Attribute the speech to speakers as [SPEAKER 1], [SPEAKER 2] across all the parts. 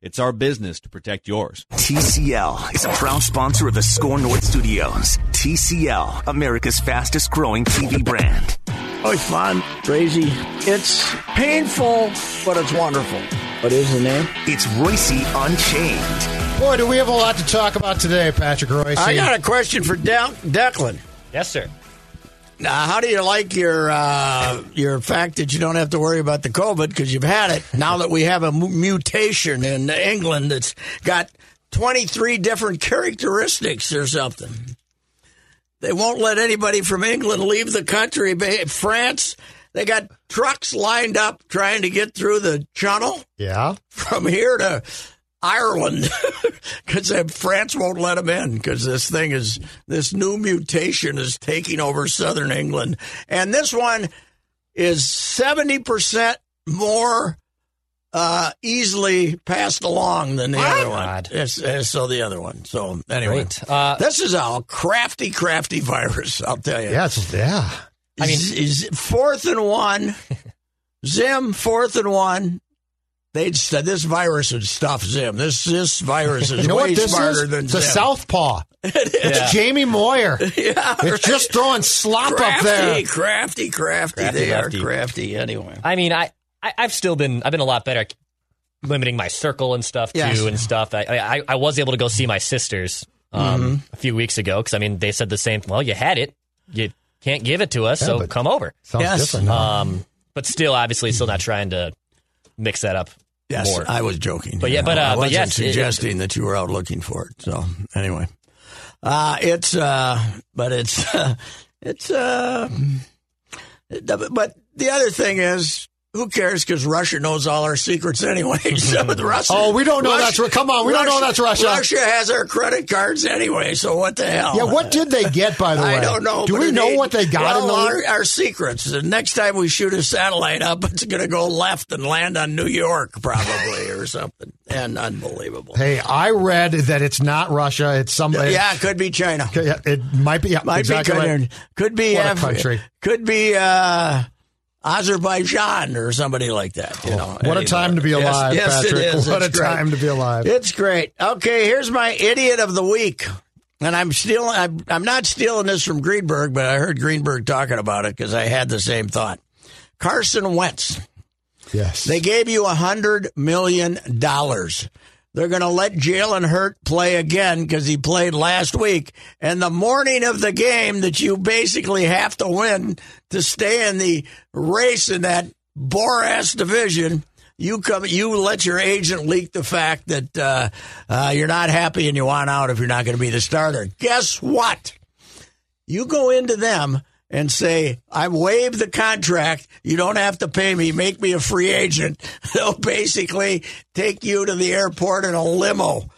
[SPEAKER 1] it's our business to protect yours.
[SPEAKER 2] TCL is a proud sponsor of the Score North Studios. TCL, America's fastest growing TV brand.
[SPEAKER 3] Oh, it's fun, crazy. It's painful, but it's wonderful. What is the name?
[SPEAKER 2] It's Royce Unchained.
[SPEAKER 4] Boy, do we have a lot to talk about today, Patrick Royce.
[SPEAKER 3] I got a question for De- Declan.
[SPEAKER 5] Yes, sir.
[SPEAKER 3] Now, how do you like your uh, your fact that you don't have to worry about the COVID because you've had it? Now that we have a mu- mutation in England that's got twenty three different characteristics or something. They won't let anybody from England leave the country. Ba- France, they got trucks lined up trying to get through the channel
[SPEAKER 4] Yeah.
[SPEAKER 3] from here to Ireland because France won't let them in because this thing is this new mutation is taking over southern England, and this one is seventy percent more uh, easily passed along than the other one.
[SPEAKER 5] God.
[SPEAKER 3] It's- uh, so the other one. So anyway,
[SPEAKER 5] Great. Uh,
[SPEAKER 3] this is a crafty, crafty virus. I'll tell you.
[SPEAKER 4] Yeah. It's, yeah.
[SPEAKER 3] I mean, fourth and one, Zim fourth and one. They'd st- this virus would stuff Zim. This this virus is
[SPEAKER 4] You know
[SPEAKER 3] way
[SPEAKER 4] what this
[SPEAKER 3] smarter
[SPEAKER 4] is?
[SPEAKER 3] than
[SPEAKER 4] the
[SPEAKER 3] Zim.
[SPEAKER 4] Southpaw. It's Jamie Moyer.
[SPEAKER 3] yeah,
[SPEAKER 4] It's just throwing slop
[SPEAKER 3] crafty,
[SPEAKER 4] up there.
[SPEAKER 3] crafty, crafty.
[SPEAKER 5] Crafty,
[SPEAKER 3] they
[SPEAKER 5] lefty.
[SPEAKER 3] are crafty anyway.
[SPEAKER 5] I mean, I, I I've still been I've been a lot better at limiting my circle and stuff too
[SPEAKER 3] Yes.
[SPEAKER 5] and stuff. I, I I was able to go see my sisters um,
[SPEAKER 4] Mm-hmm.
[SPEAKER 5] a few weeks ago because I mean they said the same. Well, you had it, you can't give it to us, so
[SPEAKER 4] but-
[SPEAKER 5] come over.
[SPEAKER 4] Sounds
[SPEAKER 3] Yes.
[SPEAKER 4] Oh, different. Now.
[SPEAKER 5] Um, but still, obviously, still not trying to mix that up.
[SPEAKER 3] Yes,
[SPEAKER 5] more.
[SPEAKER 3] I was joking.
[SPEAKER 5] But yeah, but, uh,
[SPEAKER 3] I
[SPEAKER 5] but
[SPEAKER 3] wasn't
[SPEAKER 5] yes, it-
[SPEAKER 3] suggesting that you were out looking for it. So anyway, uh, it's uh, but it's uh, it's uh, but the other thing is. Who cares? Because Russia knows all our secrets anyway. So the Russia.
[SPEAKER 4] Oh, we don't know that's Ru- come on, we don't know that's Russia.
[SPEAKER 3] Russia has our credit cards anyway. So what the hell?
[SPEAKER 4] yeah. What did they get, by the way?
[SPEAKER 3] I don't know.
[SPEAKER 4] Do
[SPEAKER 3] but
[SPEAKER 4] we
[SPEAKER 3] it
[SPEAKER 4] know
[SPEAKER 3] ain't-
[SPEAKER 4] what they got
[SPEAKER 3] well,
[SPEAKER 4] in the
[SPEAKER 3] our, our secrets? The next time we shoot a satellite up, it's going to go left and land on New York, probably, or something. And unbelievable.
[SPEAKER 4] Hey, I read that it's not Russia. It's some.
[SPEAKER 3] Yeah, it could be China.
[SPEAKER 4] It, it might be. Yeah,
[SPEAKER 3] Might
[SPEAKER 4] exactly
[SPEAKER 3] be
[SPEAKER 4] right.
[SPEAKER 3] China. Could be
[SPEAKER 4] What a
[SPEAKER 3] Af-
[SPEAKER 4] country.
[SPEAKER 3] Could be uh, Azerbaijan or somebody like that. You know.
[SPEAKER 4] Oh, What a
[SPEAKER 3] Anyway.
[SPEAKER 4] time to be
[SPEAKER 3] Yes,
[SPEAKER 4] alive,
[SPEAKER 3] yes, it
[SPEAKER 4] Patrick.
[SPEAKER 3] is.
[SPEAKER 4] What
[SPEAKER 3] It's
[SPEAKER 4] a
[SPEAKER 3] great.
[SPEAKER 4] time to be alive.
[SPEAKER 3] It's great. Okay, here's my idiot of the week. And I'm stealing. I'm, I'm not stealing this from Greenberg, but I heard Greenberg talking about it because I had the same thought. Carson Wentz.
[SPEAKER 4] yes.
[SPEAKER 3] They gave you a hundred million dollars. They're going to let Jalen Hurt play again because he played last week. And the morning of the game that you basically have to win to stay in the race in that bore ass division, you come, you let your agent leak the fact that uh, uh, you're not happy and you want out if you're not going to be the starter. Guess what? You go into them and say, I waive the contract. You don't have to pay me. Make me a free agent. They'll basically take you to the airport in a limo.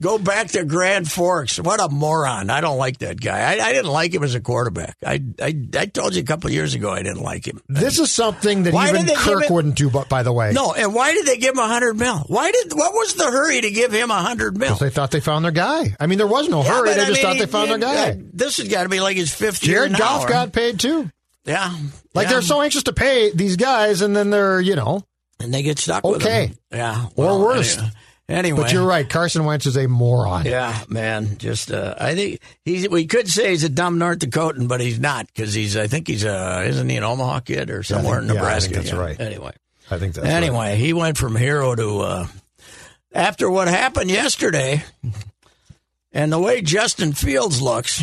[SPEAKER 3] Go back to Grand Forks. What a moron. I don't like that guy. I, I didn't like him as a quarterback. I, I, I told you a couple years ago I didn't like him.
[SPEAKER 4] This is something that
[SPEAKER 3] Why
[SPEAKER 4] even
[SPEAKER 3] did they
[SPEAKER 4] Kirk
[SPEAKER 3] give it-
[SPEAKER 4] wouldn't do. But by the way,
[SPEAKER 3] No, and why did they give him a hundred mil? Why did what was the hurry to give him a hundred mil?
[SPEAKER 4] they thought they found their guy. I mean, there was no
[SPEAKER 3] Yeah,
[SPEAKER 4] hurry.
[SPEAKER 3] but
[SPEAKER 4] They
[SPEAKER 3] I
[SPEAKER 4] just
[SPEAKER 3] mean,
[SPEAKER 4] thought
[SPEAKER 3] he-
[SPEAKER 4] they found their
[SPEAKER 3] he-
[SPEAKER 4] guy.
[SPEAKER 3] uh, This has got to be like his fifth year.
[SPEAKER 4] Jared
[SPEAKER 3] now,
[SPEAKER 4] Goff
[SPEAKER 3] or-
[SPEAKER 4] got paid too.
[SPEAKER 3] yeah,
[SPEAKER 4] Like
[SPEAKER 3] yeah.
[SPEAKER 4] they're so anxious to pay these guys, and then they're you know.
[SPEAKER 3] and they get stuck with
[SPEAKER 4] Okay.
[SPEAKER 3] him. Yeah.
[SPEAKER 4] Or worse.
[SPEAKER 3] Anyway. anyway.
[SPEAKER 4] But you're right. Carson Wentz is a moron.
[SPEAKER 3] Yeah, man. Just uh, I think he's. We could say he's a dumb North Dakotan, but he's not because he's. I think he's a. Isn't he an Omaha kid or somewhere
[SPEAKER 4] think-
[SPEAKER 3] in
[SPEAKER 4] yeah, I
[SPEAKER 3] Nebraska?
[SPEAKER 4] think that's right.
[SPEAKER 3] Anyway.
[SPEAKER 4] I think that's right.
[SPEAKER 3] anyway, he went from hero to uh, after what happened yesterday, and the way Justin Fields looks.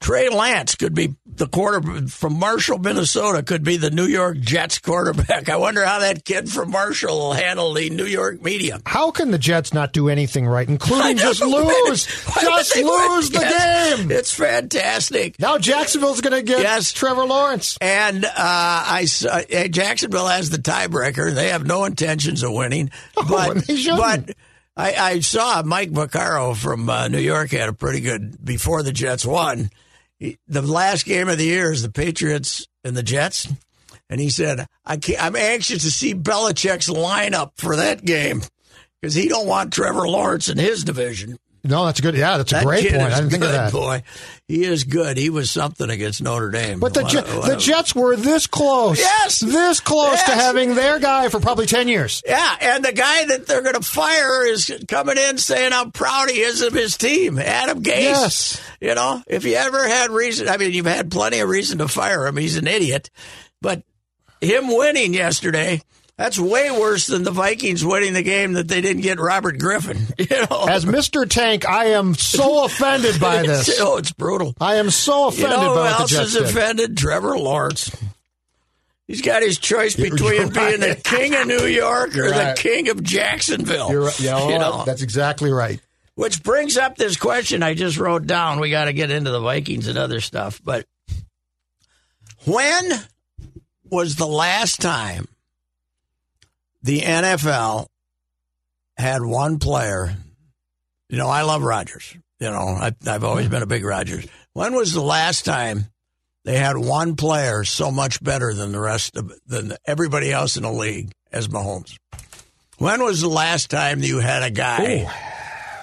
[SPEAKER 3] Trey Lance could be the quarter from Marshall, Minnesota, could be the New York Jets quarterback. I wonder how that kid from Marshall will handle the New York media.
[SPEAKER 4] How can the Jets not do anything right, including just lose?
[SPEAKER 3] Why did
[SPEAKER 4] just
[SPEAKER 3] they win?
[SPEAKER 4] lose the
[SPEAKER 3] Yes.
[SPEAKER 4] game.
[SPEAKER 3] It's fantastic.
[SPEAKER 4] Now Jacksonville's going to get
[SPEAKER 3] Yes.
[SPEAKER 4] Trevor Lawrence.
[SPEAKER 3] And uh, I, s- uh, Jacksonville has the tiebreaker. They have no intentions of winning.
[SPEAKER 4] and
[SPEAKER 3] but
[SPEAKER 4] Oh, they shouldn't.
[SPEAKER 3] but I, I saw Mike Vaccaro from uh, New York had a pretty good before the Jets won. He- The last game of the year is the Patriots and the Jets, and he said, I can't, "I'm anxious to see Belichick's lineup for that game because he don't want Trevor Lawrence in his division."
[SPEAKER 4] No, that's a good. Yeah, that's a
[SPEAKER 3] That
[SPEAKER 4] great
[SPEAKER 3] kid
[SPEAKER 4] point.
[SPEAKER 3] is
[SPEAKER 4] I didn't think of
[SPEAKER 3] good,
[SPEAKER 4] that.
[SPEAKER 3] Boy, he is good. He was something against Notre Dame.
[SPEAKER 4] But the
[SPEAKER 3] What
[SPEAKER 4] Je-
[SPEAKER 3] a- what
[SPEAKER 4] the
[SPEAKER 3] a-
[SPEAKER 4] Jets were this close.
[SPEAKER 3] Yes.
[SPEAKER 4] this close to
[SPEAKER 3] Yes.
[SPEAKER 4] having their guy for probably ten years.
[SPEAKER 3] Yeah, and the guy that they're going to fire is coming in saying how proud he is of his team, Adam Gase.
[SPEAKER 4] Yes.
[SPEAKER 3] You know, if you ever had reason, I mean, you've had plenty of reason to fire him. He's an idiot. But him winning yesterday, that's way worse than the Vikings winning the game that they didn't get Robert Griffin. You know,
[SPEAKER 4] As Mister Tank, I am so offended by this.
[SPEAKER 3] oh, it's brutal.
[SPEAKER 4] I am so
[SPEAKER 3] You
[SPEAKER 4] offended
[SPEAKER 3] know who
[SPEAKER 4] by what the
[SPEAKER 3] else
[SPEAKER 4] Jets
[SPEAKER 3] is
[SPEAKER 4] did.
[SPEAKER 3] offended? Trevor Lawrence. He's got his choice between being the king of New York or
[SPEAKER 4] You're
[SPEAKER 3] the
[SPEAKER 4] right.
[SPEAKER 3] king of Jacksonville.
[SPEAKER 4] You're, right. you know,
[SPEAKER 3] You
[SPEAKER 4] what?
[SPEAKER 3] know?
[SPEAKER 4] that's exactly right.
[SPEAKER 3] Which brings up this question I just wrote down. We got to get into the Vikings and other stuff. But when was the last time the NFL had one player? You know, I love Rodgers. You know, I, I've always been a big Rodgers. When was the last time they had one player so much better than the rest of than everybody else in the league as Mahomes? When was the last time you had a guy?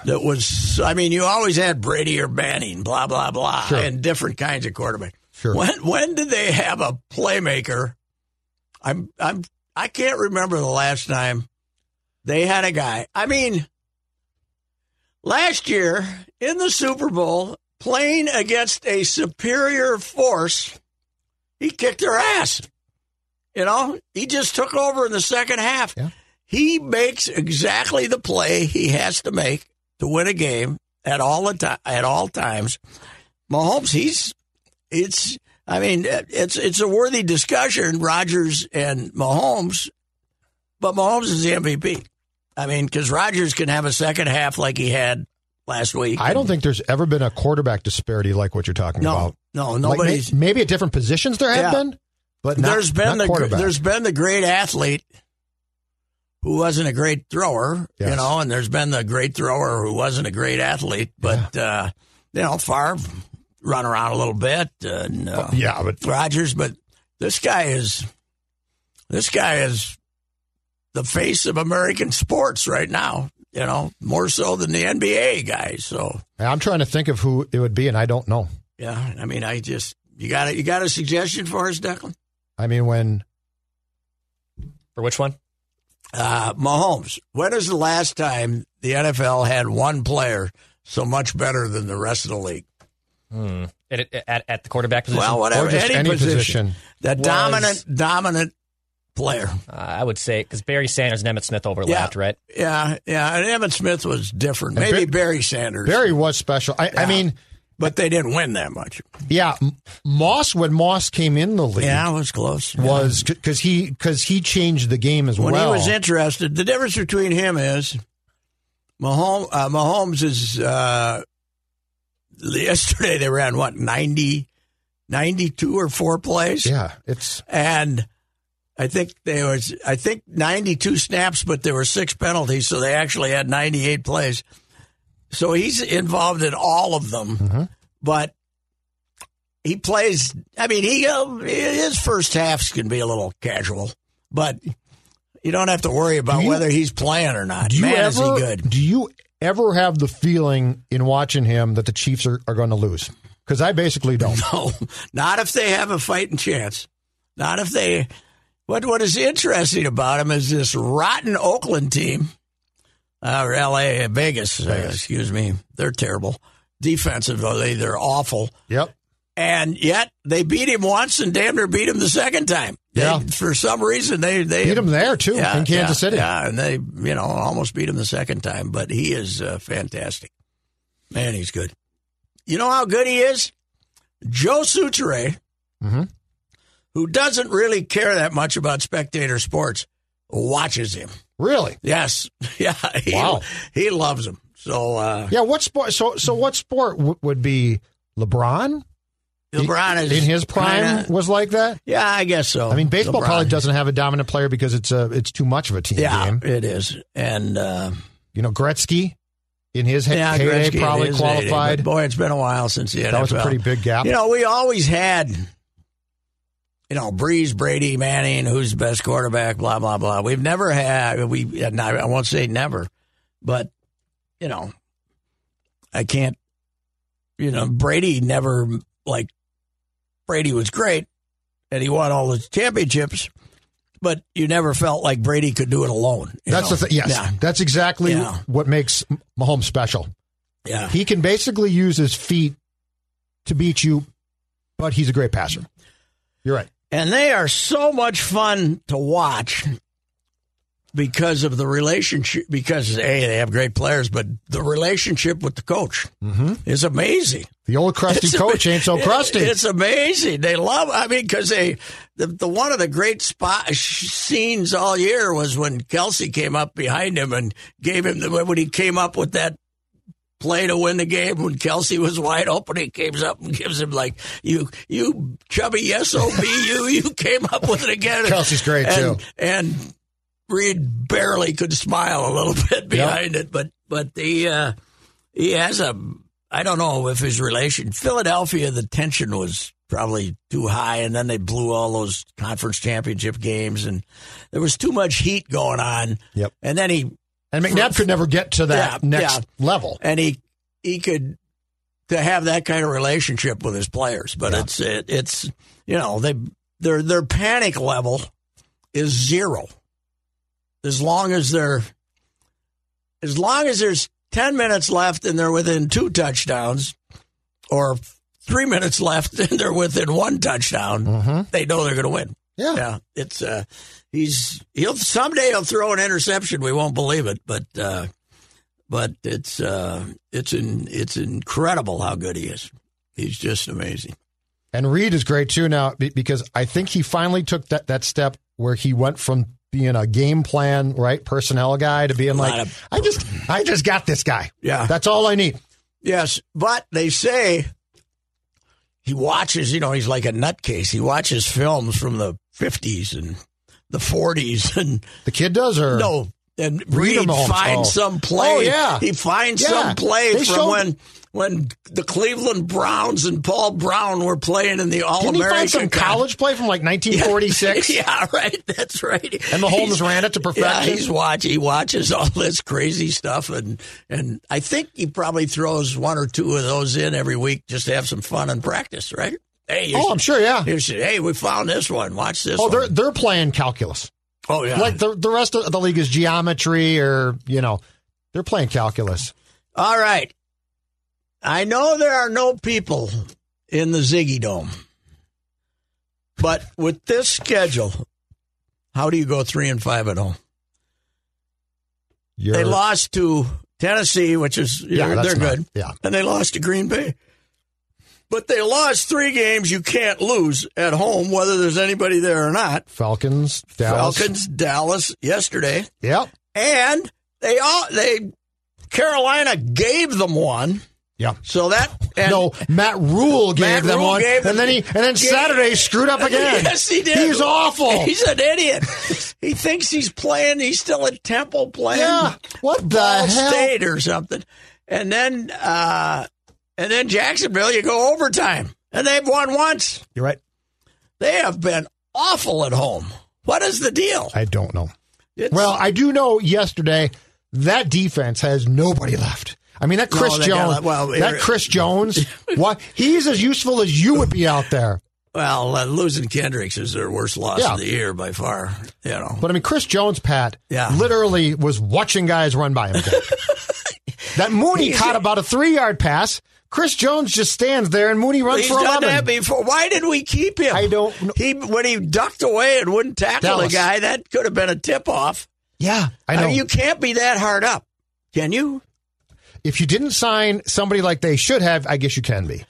[SPEAKER 3] that was I mean, you always had Brady or Manning, blah blah blah,
[SPEAKER 4] Sure.
[SPEAKER 3] and different kinds of quarterbacks.
[SPEAKER 4] Sure.
[SPEAKER 3] When when did they have a playmaker? I'm I'm I can't remember the last time they had a guy. I mean, last year in the Super Bowl, playing against a superior force, he kicked their ass. You know, he just took over in the second half.
[SPEAKER 4] Yeah.
[SPEAKER 3] He makes exactly the play he has to make to win a game at all the ti- at all times. Mahomes, he's it's I mean it's it's a worthy discussion. Rodgers and Mahomes, but Mahomes is the MVP. I mean, because Rodgers can have a second half like he had last week.
[SPEAKER 4] I don't think there's ever been a quarterback disparity like what you're talking
[SPEAKER 3] no
[SPEAKER 4] about.
[SPEAKER 3] no
[SPEAKER 4] Like, may-
[SPEAKER 3] nobody's.
[SPEAKER 4] maybe at different positions there
[SPEAKER 3] Yeah.
[SPEAKER 4] have been, but not,
[SPEAKER 3] there's been the
[SPEAKER 4] not quarterback.
[SPEAKER 3] there's been the great athlete who wasn't a great thrower, you
[SPEAKER 4] Yes.
[SPEAKER 3] know, and there's been the great thrower who wasn't a great athlete, but uh, you know, Favre run around a little bit and uh,
[SPEAKER 4] Oh, yeah, but
[SPEAKER 3] Rodgers, but this guy is this guy is the face of American sports right now, you know, more so than the NBA guys. So
[SPEAKER 4] I'm trying to think of who it would be, and I don't know.
[SPEAKER 3] yeah, I mean, I just you got a, you got a suggestion for us, Declan?
[SPEAKER 4] I mean, when
[SPEAKER 5] For which one?
[SPEAKER 3] Uh, Mahomes, when is the last time the NFL had one player so much better than the rest of the league?
[SPEAKER 5] At, at, at the quarterback position?
[SPEAKER 3] Well,
[SPEAKER 4] or
[SPEAKER 3] whatever,
[SPEAKER 4] just
[SPEAKER 3] any,
[SPEAKER 4] any
[SPEAKER 3] position.
[SPEAKER 4] position.
[SPEAKER 3] That
[SPEAKER 5] was-
[SPEAKER 3] dominant, dominant player.
[SPEAKER 5] Uh, I would say because Barry Sanders and Emmett Smith overlapped,
[SPEAKER 3] Yeah.
[SPEAKER 5] right?
[SPEAKER 3] Yeah, yeah. And Emmett Smith was different.
[SPEAKER 4] And
[SPEAKER 3] Maybe
[SPEAKER 4] Bar-
[SPEAKER 3] Barry Sanders,
[SPEAKER 4] Barry was special. I, I
[SPEAKER 3] Yeah.
[SPEAKER 4] mean,
[SPEAKER 3] but they didn't win that much.
[SPEAKER 4] yeah, M- Moss when Moss came in the league
[SPEAKER 3] Yeah, it was close.
[SPEAKER 4] was because he because he changed the game as
[SPEAKER 3] when
[SPEAKER 4] well.
[SPEAKER 3] he was interested. The difference between him is Mahomes. Uh, Mahomes is uh, yesterday they ran what 90, 92 or four plays.
[SPEAKER 4] yeah, it's
[SPEAKER 3] and I think there was I think 92 snaps, but there were six penalties, so they actually had 98 plays. So he's involved in all of them,
[SPEAKER 4] Mm-hmm.
[SPEAKER 3] but he plays. I mean, he uh, his first halves can be a little casual, but you don't have to worry about
[SPEAKER 4] you-
[SPEAKER 3] whether he's playing or not.
[SPEAKER 4] do you
[SPEAKER 3] Man,
[SPEAKER 4] ever
[SPEAKER 3] is he good?
[SPEAKER 4] do you ever have the feeling in watching him that the Chiefs are, are going to lose? Because I basically don't.
[SPEAKER 3] No, not if they have a fighting chance. Not if they. What What is interesting about them is this rotten Oakland team, uh, or L.A. uh, Vegas. uh, excuse me, they're terrible defensively. They're awful,
[SPEAKER 4] Yep.
[SPEAKER 3] and yet they beat him once and damn near beat him the second time. They-
[SPEAKER 4] Yeah.
[SPEAKER 3] for some reason they they
[SPEAKER 4] Beat him there too in Kansas
[SPEAKER 3] yeah,
[SPEAKER 4] City.
[SPEAKER 3] Yeah, and they you know almost beat him the second time, but he is uh, fantastic. Man, he's good. You know how good he is? Joe Sutere,
[SPEAKER 4] Mm-hmm.
[SPEAKER 3] who doesn't really care that much about spectator sports, watches him.
[SPEAKER 4] Really?
[SPEAKER 3] Yes. Yeah. He,
[SPEAKER 4] Wow.
[SPEAKER 3] He loves him. So uh,
[SPEAKER 4] Yeah. What sport? So so what sport w- would be LeBron
[SPEAKER 3] LeBron is
[SPEAKER 4] in his prime
[SPEAKER 3] kinda-
[SPEAKER 4] was like that?
[SPEAKER 3] yeah, I guess so.
[SPEAKER 4] I mean, baseball
[SPEAKER 3] LeBron.
[SPEAKER 4] probably doesn't have a dominant player because it's a it's too much of a team
[SPEAKER 3] Yeah,
[SPEAKER 4] game.
[SPEAKER 3] it is. And uh,
[SPEAKER 4] You know, Gretzky in his he-
[SPEAKER 3] yeah,
[SPEAKER 4] heyday
[SPEAKER 3] Gretzky
[SPEAKER 4] probably
[SPEAKER 3] it is eighty,
[SPEAKER 4] qualified.
[SPEAKER 3] but boy, it's been a while since the
[SPEAKER 4] that was a
[SPEAKER 3] NFL.
[SPEAKER 4] pretty big gap.
[SPEAKER 3] You know, we always had, you know, Breeze, Brady, Manning, who's the best quarterback, blah blah blah. We've never had we. and I I won't say never, but you know, I can't. You know, Brady never like Brady was great, and he won all the championships. But you never felt like Brady could do it alone. you
[SPEAKER 4] that's
[SPEAKER 3] know?
[SPEAKER 4] the thing. Yes,
[SPEAKER 3] Yeah.
[SPEAKER 4] that's exactly
[SPEAKER 3] Yeah.
[SPEAKER 4] what makes Mahomes special.
[SPEAKER 3] Yeah.
[SPEAKER 4] He can basically use his feet to beat you, but he's a great passer. You're right.
[SPEAKER 3] And they are so much fun to watch because of the relationship. Because hey, they have great players, but the relationship with the coach is amazing.
[SPEAKER 4] The old crusty
[SPEAKER 3] It's
[SPEAKER 4] coach
[SPEAKER 3] ama-
[SPEAKER 4] ain't Mm-hmm. so crusty.
[SPEAKER 3] It's amazing. They love. I mean, because they the, the one of the great spot sh- scenes all year was when Kelsey came up behind him and gave him the when he came up with that play to win the game when Kelsey was wide open. He comes up and gives him like you you chubby yes sob you you came up with it again.
[SPEAKER 4] Kelsey's great,
[SPEAKER 3] And-
[SPEAKER 4] too.
[SPEAKER 3] And Reed barely could smile a little bit behind it, but but the. Uh, he has a I don't know if his relation Philadelphia the tension was probably too high and then they blew all those conference championship games and there was too much heat going on.
[SPEAKER 4] Yep.
[SPEAKER 3] And then he
[SPEAKER 4] and McNabb could never get to that
[SPEAKER 3] Yeah,
[SPEAKER 4] next
[SPEAKER 3] yeah.
[SPEAKER 4] level.
[SPEAKER 3] and he he could to have that kind of relationship with his players, but it's it, it's you know, they their their panic level is zero. As long as they're as long as there's 10 minutes left and they're within two touchdowns or 3 minutes left and they're within one touchdown, they know they're going to win.
[SPEAKER 4] Yeah.
[SPEAKER 3] Yeah, it's uh he's he'll someday he'll throw an interception, we won't believe it, but uh but it's uh it's in it's incredible how good he is. He's just amazing.
[SPEAKER 4] And Reed is great too now be- because I think he finally took that, that step where he went from being a game plan, right, personnel guy to being
[SPEAKER 3] lot
[SPEAKER 4] like,
[SPEAKER 3] of-
[SPEAKER 4] I just, I just got this guy.
[SPEAKER 3] Yeah.
[SPEAKER 4] That's all I need.
[SPEAKER 3] Yes, but they say he watches, you know, he's like a nutcase. He watches films from the 50s and the 40s and
[SPEAKER 4] The kid does, or
[SPEAKER 3] no, and
[SPEAKER 4] Read 'em
[SPEAKER 3] Reed
[SPEAKER 4] all.
[SPEAKER 3] finds
[SPEAKER 4] Oh.
[SPEAKER 3] some play.
[SPEAKER 4] Oh, yeah.
[SPEAKER 3] He finds
[SPEAKER 4] Yeah.
[SPEAKER 3] some play
[SPEAKER 4] They
[SPEAKER 3] from
[SPEAKER 4] showed-
[SPEAKER 3] when when the Cleveland Browns and Paul Brown were playing in the All
[SPEAKER 4] Didn't he
[SPEAKER 3] American
[SPEAKER 4] find some college play from like 1946?
[SPEAKER 3] yeah, right. That's right.
[SPEAKER 4] And Mahomes
[SPEAKER 3] He's-
[SPEAKER 4] ran it to
[SPEAKER 3] Yeah,
[SPEAKER 4] perfection.
[SPEAKER 3] he's watch. He watches all this crazy stuff, and and I think he probably throws one or two of those in every week just to have some fun and practice. Right? Hey,
[SPEAKER 4] oh, I'm sure. Yeah.
[SPEAKER 3] Here's, hey, we found this one. Watch this.
[SPEAKER 4] Oh,
[SPEAKER 3] one.
[SPEAKER 4] they're they're playing calculus.
[SPEAKER 3] oh yeah.
[SPEAKER 4] Like the the rest of the league is geometry, or you know, they're playing calculus.
[SPEAKER 3] All right. I know there are no people in the Ziggy Dome, but with this schedule, how do you go three and five at home?
[SPEAKER 4] You're,
[SPEAKER 3] They lost to Tennessee, which is
[SPEAKER 4] Yeah, that's
[SPEAKER 3] they're
[SPEAKER 4] not-
[SPEAKER 3] good.
[SPEAKER 4] yeah.
[SPEAKER 3] and they lost to Green Bay. But they lost three games you can't lose at home, whether there's anybody there or not.
[SPEAKER 4] Falcons, Dallas.
[SPEAKER 3] Falcons, Dallas yesterday,
[SPEAKER 4] Yep.
[SPEAKER 3] and they all they Carolina gave them one,
[SPEAKER 4] Yeah.
[SPEAKER 3] so that and
[SPEAKER 4] no, Matt Rule gave
[SPEAKER 3] Matt
[SPEAKER 4] them
[SPEAKER 3] Rule
[SPEAKER 4] one,
[SPEAKER 3] gave
[SPEAKER 4] and then he and then
[SPEAKER 3] gave-
[SPEAKER 4] Saturday screwed up again.
[SPEAKER 3] Yes, he did.
[SPEAKER 4] He's awful.
[SPEAKER 3] He's an idiot. he thinks he's playing. He's still at Temple playing.
[SPEAKER 4] Yeah. What the
[SPEAKER 3] Ball
[SPEAKER 4] hell?
[SPEAKER 3] State or something. And then, uh, and then Jacksonville, you go overtime, and they've won once.
[SPEAKER 4] You're right.
[SPEAKER 3] They have been awful at home. What is the deal?
[SPEAKER 4] I don't know.
[SPEAKER 3] It's-
[SPEAKER 4] Well, I do know yesterday that defense has nobody left. I mean that
[SPEAKER 3] No,
[SPEAKER 4] Chris
[SPEAKER 3] they got-
[SPEAKER 4] Jones.
[SPEAKER 3] well,
[SPEAKER 4] that
[SPEAKER 3] it-
[SPEAKER 4] Chris Jones. what? He's as useful as you would be out there.
[SPEAKER 3] well, uh, losing Kendricks is their worst loss
[SPEAKER 4] Yeah.
[SPEAKER 3] of the year by far. You know,
[SPEAKER 4] But I mean, Chris Jones, Pat,
[SPEAKER 3] Yeah.
[SPEAKER 4] literally was watching guys run by him. that Mooney
[SPEAKER 3] He's-
[SPEAKER 4] caught about a three yard pass. Chris Jones just stands there, and Mooney runs
[SPEAKER 3] he's
[SPEAKER 4] for
[SPEAKER 3] done that
[SPEAKER 4] eleven.
[SPEAKER 3] before. Why did we keep him?
[SPEAKER 4] I don't know.
[SPEAKER 3] He when he ducked away and wouldn't tackle
[SPEAKER 4] Dallas.
[SPEAKER 3] the guy, that could have been a tip off.
[SPEAKER 4] Yeah, I know.
[SPEAKER 3] mean, you can't be that hard up, can you?
[SPEAKER 4] if you didn't sign somebody like they should have, I guess you can be.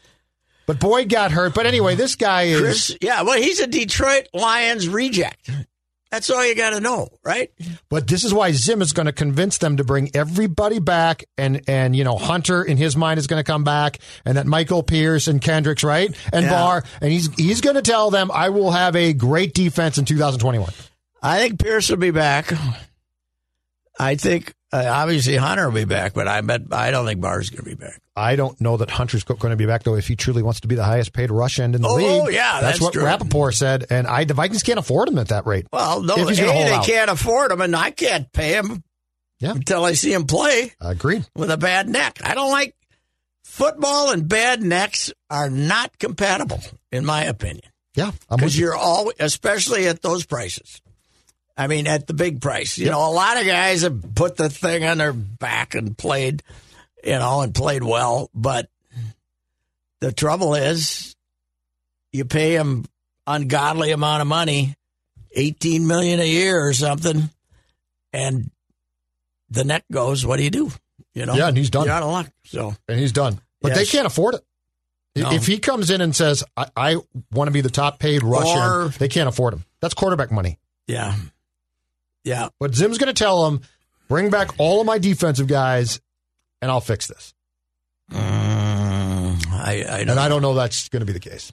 [SPEAKER 4] But Boyd got hurt. But anyway, this guy is.
[SPEAKER 3] Chris, yeah, well, he's a Detroit Lions reject. That's all you got to know, right?
[SPEAKER 4] But this is why Zim is going to convince them to bring everybody back, and and you know Hunter in his mind is going to come back, and that Michael Pierce and Kendricks right and
[SPEAKER 3] Yeah.
[SPEAKER 4] Barr, and he's he's going to tell them I will have a great defense in 2021.
[SPEAKER 3] I think Pierce will be back. I think uh, obviously Hunter will be back, but I bet I don't think Barr's going to be back.
[SPEAKER 4] I don't know that Hunter's going to be back though if he truly wants to be the highest paid rush end in the
[SPEAKER 3] Oh,
[SPEAKER 4] league.
[SPEAKER 3] oh, yeah, that's
[SPEAKER 4] what
[SPEAKER 3] true.
[SPEAKER 4] Rappaport said, and I the Vikings can't afford him at that rate.
[SPEAKER 3] Well, no,
[SPEAKER 4] If
[SPEAKER 3] A,
[SPEAKER 4] he's gonna hold
[SPEAKER 3] they
[SPEAKER 4] out.
[SPEAKER 3] can't afford him, and I can't pay him
[SPEAKER 4] Yeah.
[SPEAKER 3] until I see him play
[SPEAKER 4] Agreed.
[SPEAKER 3] with a bad neck. I don't like football and bad necks are not compatible, in my opinion.
[SPEAKER 4] Yeah, I'm with
[SPEAKER 3] because
[SPEAKER 4] you.
[SPEAKER 3] you're all, especially at those prices. I mean, at the big price. You know, a lot of guys have put the thing on their back and played, you know, and played well. But the trouble is, you pay them ungodly amount of money, eighteen million a year or something, and the net goes. What do you do? You know,
[SPEAKER 4] Yeah, and he's done.
[SPEAKER 3] You're out of luck. So
[SPEAKER 4] and he's done. But they
[SPEAKER 3] Yes.
[SPEAKER 4] can't afford it. I-
[SPEAKER 3] No.
[SPEAKER 4] If he comes in and says, I, I want to be the top paid rush
[SPEAKER 3] Or-
[SPEAKER 4] end, they can't afford him. That's quarterback money.
[SPEAKER 3] yeah, yeah.
[SPEAKER 4] But Zim's going to tell him, bring back all of my defensive guys and I'll fix this.
[SPEAKER 3] Mm, I, I don't
[SPEAKER 4] And I don't know that's going to be the case.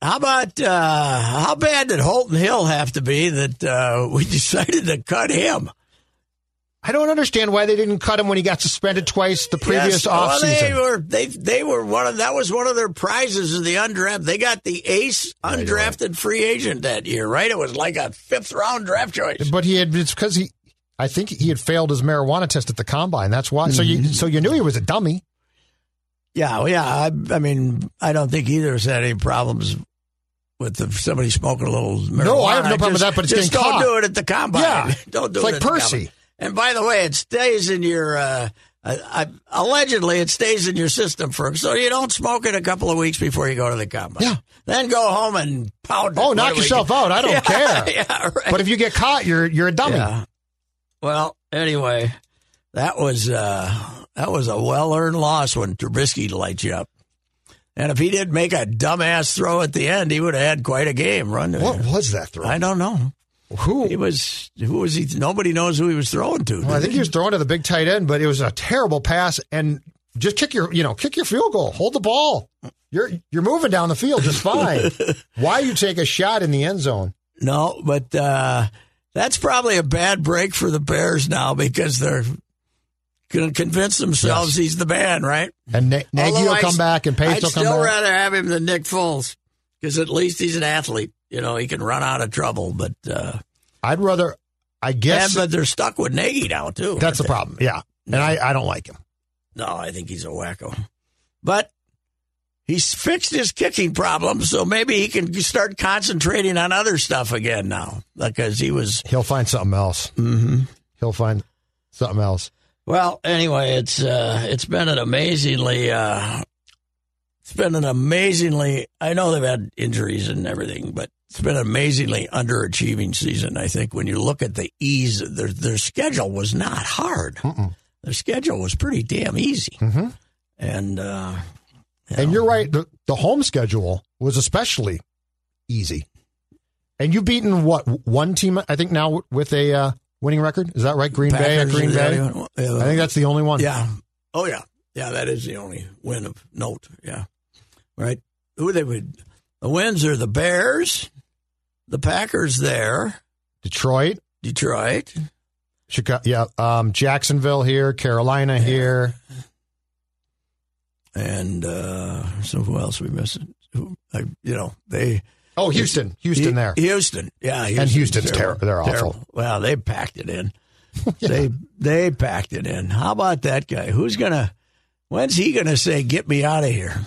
[SPEAKER 3] How about uh, how bad did Holton Hill have to be that uh, we decided to cut him?
[SPEAKER 4] I don't understand why they didn't cut him when he got suspended twice the previous
[SPEAKER 3] Yes. Well,
[SPEAKER 4] offseason.
[SPEAKER 3] they were they they were one of that was one of their prizes of the undraft. They got the ace undrafted free agent that year, right? It was like a fifth round draft choice.
[SPEAKER 4] but he had, it's because he, I think he had failed his marijuana test at the combine. That's why. So you,
[SPEAKER 3] Mm-hmm.
[SPEAKER 4] so you knew he was a dummy.
[SPEAKER 3] Yeah, well, yeah. I, I mean, I don't think either of us had any problems with the, somebody smoking a little marijuana.
[SPEAKER 4] No, I have no problem
[SPEAKER 3] Just-
[SPEAKER 4] with that, but it's
[SPEAKER 3] just
[SPEAKER 4] getting
[SPEAKER 3] don't
[SPEAKER 4] caught.
[SPEAKER 3] do it at the combine.
[SPEAKER 4] Yeah.
[SPEAKER 3] don't do it
[SPEAKER 4] It's like
[SPEAKER 3] at the
[SPEAKER 4] Percy.
[SPEAKER 3] combine. And by the way, it stays in your. Uh, I, I, allegedly, it stays in your system for so you don't smoke it a couple of weeks before you go to the combine.
[SPEAKER 4] Yeah.
[SPEAKER 3] Then go home and pound. it.
[SPEAKER 4] Oh,
[SPEAKER 3] What
[SPEAKER 4] knock
[SPEAKER 3] do we
[SPEAKER 4] yourself
[SPEAKER 3] get?
[SPEAKER 4] out. I don't
[SPEAKER 3] Yeah,
[SPEAKER 4] care.
[SPEAKER 3] Yeah, right.
[SPEAKER 4] But if you get caught, you're, you're a dummy.
[SPEAKER 3] Yeah. Well, anyway, that was uh, that was a well earned loss when Trubisky lights you up. And if he didn't make a dumbass throw at the end, he would have had quite a game. Run.
[SPEAKER 4] What was that throw?
[SPEAKER 3] I don't know.
[SPEAKER 4] Who?
[SPEAKER 3] He was who was he? Nobody knows who he was throwing to.
[SPEAKER 4] Well, I think he was throwing to the big tight end, but it was a terrible pass. And just kick your, you know, kick your field goal, hold the ball. You're you're moving down the field just fine. Why you take a shot in the end zone?
[SPEAKER 3] No, but uh, that's probably a bad break for the Bears now because they're going to convince themselves he's the man, right?
[SPEAKER 4] And Na- Nagy
[SPEAKER 3] Although
[SPEAKER 4] will
[SPEAKER 3] I-
[SPEAKER 4] come back, and Pace
[SPEAKER 3] I'd
[SPEAKER 4] will come
[SPEAKER 3] still
[SPEAKER 4] back.
[SPEAKER 3] rather have him than Nick Foles because at least he's an athlete. You know, he can run out of trouble. But uh,
[SPEAKER 4] I'd rather, I
[SPEAKER 3] and,
[SPEAKER 4] guess
[SPEAKER 3] but they're stuck with Nagy now too.
[SPEAKER 4] that's the
[SPEAKER 3] aren't
[SPEAKER 4] problem. Yeah, and I, I don't like him.
[SPEAKER 3] they? No, I think he's a wacko. But he's fixed his kicking problem, so maybe he can start concentrating on other stuff again now because he was.
[SPEAKER 4] He'll find something else.
[SPEAKER 3] hmm
[SPEAKER 4] He'll find something else.
[SPEAKER 3] Well, anyway, it's uh, it's been an amazingly uh, it's been an amazingly. I know they've had injuries and everything, but it's been an amazingly underachieving season. I think when you look at the ease, their their schedule was not hard. Their schedule was pretty damn easy,
[SPEAKER 4] Mhm.
[SPEAKER 3] and uh,
[SPEAKER 4] And you're right. The, the home schedule was especially easy. And you've beaten what one team? I think now with a uh, winning record. Is that right? Green Bay or
[SPEAKER 3] Packers,
[SPEAKER 4] Green
[SPEAKER 3] is that
[SPEAKER 4] Bay?
[SPEAKER 3] even-
[SPEAKER 4] I think that's the only one.
[SPEAKER 3] uh, yeah. Oh yeah, yeah. That is the only win of note. Yeah, right. Who they would the wins are the Bears, the Packers there,
[SPEAKER 4] Detroit,
[SPEAKER 3] Detroit,
[SPEAKER 4] Chicago, yeah, um, Jacksonville here, Carolina here.
[SPEAKER 3] and uh, so who else we missing? Who, I, you know they
[SPEAKER 4] Oh, Houston, Houston
[SPEAKER 3] Hu-
[SPEAKER 4] there.
[SPEAKER 3] Houston, yeah, Houston.
[SPEAKER 4] Houston's terri- they're awful.
[SPEAKER 3] Well, they packed it in. They they packed it in. How about that guy? Who's gonna? When's he gonna say, "Get me out of here"?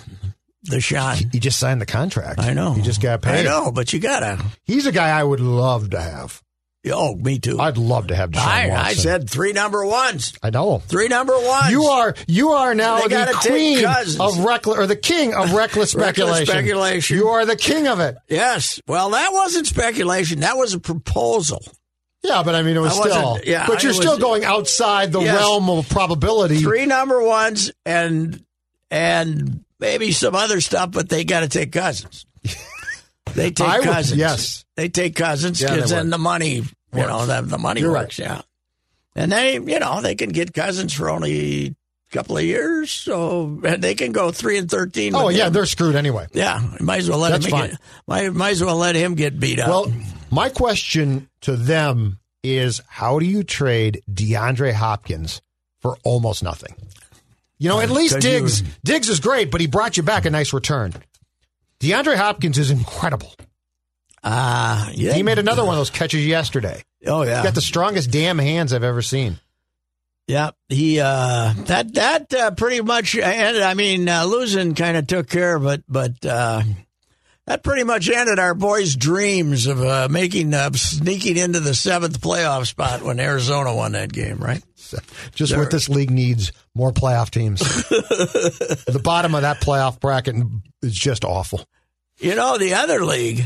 [SPEAKER 3] The shot.
[SPEAKER 4] He just signed the contract.
[SPEAKER 3] I know.
[SPEAKER 4] He just got paid.
[SPEAKER 3] I know, but you gotta.
[SPEAKER 4] He's a guy I would love to have.
[SPEAKER 3] Oh, me too.
[SPEAKER 4] I'd love to have Deshaun
[SPEAKER 3] I, I
[SPEAKER 4] Watson.
[SPEAKER 3] said three number ones.
[SPEAKER 4] I know.
[SPEAKER 3] Three number ones.
[SPEAKER 4] You are you are now
[SPEAKER 3] They
[SPEAKER 4] the
[SPEAKER 3] gotta take
[SPEAKER 4] queen
[SPEAKER 3] Cousins.
[SPEAKER 4] of reckless or the king of reckless speculation.
[SPEAKER 3] speculation.
[SPEAKER 4] You are the king of it.
[SPEAKER 3] Yes. Well, that wasn't speculation. That was a proposal.
[SPEAKER 4] Yeah, but I mean it was
[SPEAKER 3] I wasn't-
[SPEAKER 4] still
[SPEAKER 3] yeah,
[SPEAKER 4] but
[SPEAKER 3] I
[SPEAKER 4] you're still
[SPEAKER 3] was-
[SPEAKER 4] going outside the
[SPEAKER 3] Yes.
[SPEAKER 4] realm of probability.
[SPEAKER 3] Three number ones and and maybe some other stuff, but they got to take Cousins. They take
[SPEAKER 4] I would-
[SPEAKER 3] Cousins.
[SPEAKER 4] yes.
[SPEAKER 3] they take Cousins
[SPEAKER 4] Yeah, they
[SPEAKER 3] because then
[SPEAKER 4] would.
[SPEAKER 3] the money, you know, the, the money
[SPEAKER 4] You're
[SPEAKER 3] works out. And they, you know, they can get Cousins for only a couple of years, so and they can go three and thirteen.
[SPEAKER 4] Oh
[SPEAKER 3] with
[SPEAKER 4] yeah,
[SPEAKER 3] him.
[SPEAKER 4] they're screwed anyway.
[SPEAKER 3] yeah. Might as well let
[SPEAKER 4] That's
[SPEAKER 3] him
[SPEAKER 4] fine.
[SPEAKER 3] Get, might might as well let him get beat up.
[SPEAKER 4] Well, my question to them is how do you trade DeAndre Hopkins for almost nothing? You know, at least
[SPEAKER 3] could you-
[SPEAKER 4] Diggs Diggs is great, but he brought you back a nice return. DeAndre Hopkins is incredible.
[SPEAKER 3] ah, yeah.
[SPEAKER 4] He made another one of those catches yesterday.
[SPEAKER 3] Oh
[SPEAKER 4] He's
[SPEAKER 3] yeah,
[SPEAKER 4] got the strongest damn hands I've ever seen.
[SPEAKER 3] Yeah, he uh, that that uh, pretty much ended. I mean, uh, losing kind of took care of it, but uh, that pretty much ended our boys' dreams of uh, making uh, sneaking into the seventh playoff spot when Arizona won that game, right?
[SPEAKER 4] Just what this league needs more playoff teams. the bottom of that playoff bracket is just awful.
[SPEAKER 3] You know, the other league,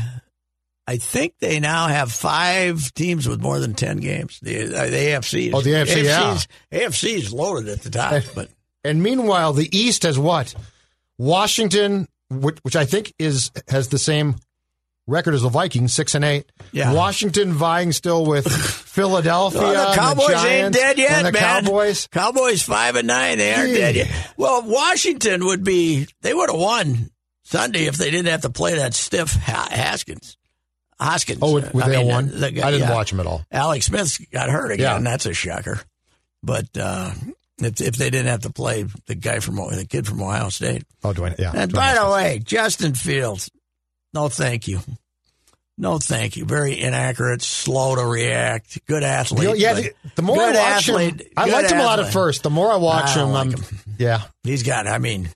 [SPEAKER 3] I think they now have five teams with more than ten games. The, uh, the AFC, is,
[SPEAKER 4] Oh, the AFC, yeah.
[SPEAKER 3] AFC's, AFC is loaded at the top, but
[SPEAKER 4] And meanwhile, the East has what? Washington, which, which I think is has the same record as the Vikings, six and eight.
[SPEAKER 3] Yeah.
[SPEAKER 4] Washington vying still with Philadelphia.
[SPEAKER 3] Well,
[SPEAKER 4] and
[SPEAKER 3] the Cowboys ain't
[SPEAKER 4] Giants
[SPEAKER 3] dead yet,
[SPEAKER 4] and the
[SPEAKER 3] man.
[SPEAKER 4] Cowboys.
[SPEAKER 3] Cowboys five and nine. They aren't dead yet. Well, Washington would be. They would have won Sunday if they didn't have to play that stiff Ha- Haskins. Hoskins. uh,
[SPEAKER 4] Oh, would, would
[SPEAKER 3] I
[SPEAKER 4] they have
[SPEAKER 3] mean,
[SPEAKER 4] won?
[SPEAKER 3] the guy-
[SPEAKER 4] I didn't
[SPEAKER 3] yeah.
[SPEAKER 4] watch them at all.
[SPEAKER 3] Alex Smith got hurt again.
[SPEAKER 4] Yeah.
[SPEAKER 3] That's a shocker. But uh, if if they didn't have to play the guy from the kid from Ohio State.
[SPEAKER 4] Oh, Dwayne. Yeah.
[SPEAKER 3] And
[SPEAKER 4] Dwayne
[SPEAKER 3] by the
[SPEAKER 4] Haskins.
[SPEAKER 3] way, Justin Fields, no thank you. No thank you. Very inaccurate, slow to react, good athlete.
[SPEAKER 4] You know, yeah,
[SPEAKER 3] but
[SPEAKER 4] the, the more I
[SPEAKER 3] good
[SPEAKER 4] watch him,
[SPEAKER 3] athlete,
[SPEAKER 4] I
[SPEAKER 3] good
[SPEAKER 4] liked him a lot at
[SPEAKER 3] athlete.
[SPEAKER 4] first. The more I watch
[SPEAKER 3] I don't
[SPEAKER 4] him,
[SPEAKER 3] like
[SPEAKER 4] I'm, yeah,
[SPEAKER 3] He's got, I mean,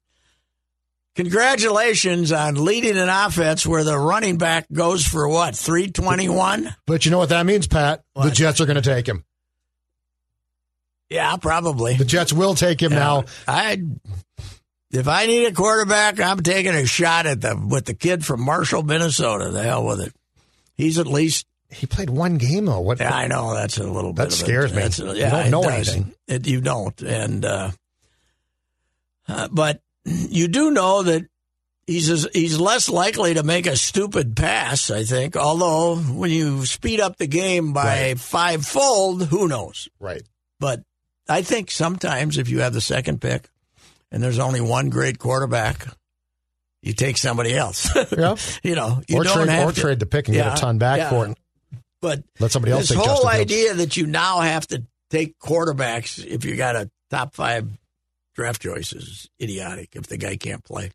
[SPEAKER 3] congratulations on leading an offense where the running back goes for what, 321?
[SPEAKER 4] but you know what that means, Pat? The
[SPEAKER 3] What?
[SPEAKER 4] Jets are going to take him.
[SPEAKER 3] Yeah, probably.
[SPEAKER 4] The Jets will take him now.
[SPEAKER 3] I if I need a quarterback, I'm taking a shot at the with the kid from Marshall, Minnesota. The hell with it. He's at least.
[SPEAKER 4] He played one game though. What?
[SPEAKER 3] I know that's a little
[SPEAKER 4] That
[SPEAKER 3] bit. of a-
[SPEAKER 4] scares me.
[SPEAKER 3] that's a-
[SPEAKER 4] You
[SPEAKER 3] yeah,
[SPEAKER 4] don't
[SPEAKER 3] it
[SPEAKER 4] know
[SPEAKER 3] does.
[SPEAKER 4] anything.
[SPEAKER 3] It, you don't, and uh, uh, but you do know that he's as, he's less likely to make a stupid pass. I think, although when you speed up the game by fivefold, who knows?
[SPEAKER 4] Right.
[SPEAKER 3] But I think sometimes if you have the second pick and there's only one great quarterback, you take somebody else.
[SPEAKER 4] Yeah.
[SPEAKER 3] you know, you
[SPEAKER 4] or
[SPEAKER 3] don't
[SPEAKER 4] trade,
[SPEAKER 3] have
[SPEAKER 4] or
[SPEAKER 3] to-
[SPEAKER 4] trade the pick and
[SPEAKER 3] Yeah,
[SPEAKER 4] get a ton back
[SPEAKER 3] yeah.
[SPEAKER 4] for it.
[SPEAKER 3] But
[SPEAKER 4] Let somebody else
[SPEAKER 3] this
[SPEAKER 4] take
[SPEAKER 3] whole
[SPEAKER 4] Justin Fields.
[SPEAKER 3] idea that you now have to take quarterbacks if you got a top five draft choice is idiotic. If the guy can't play,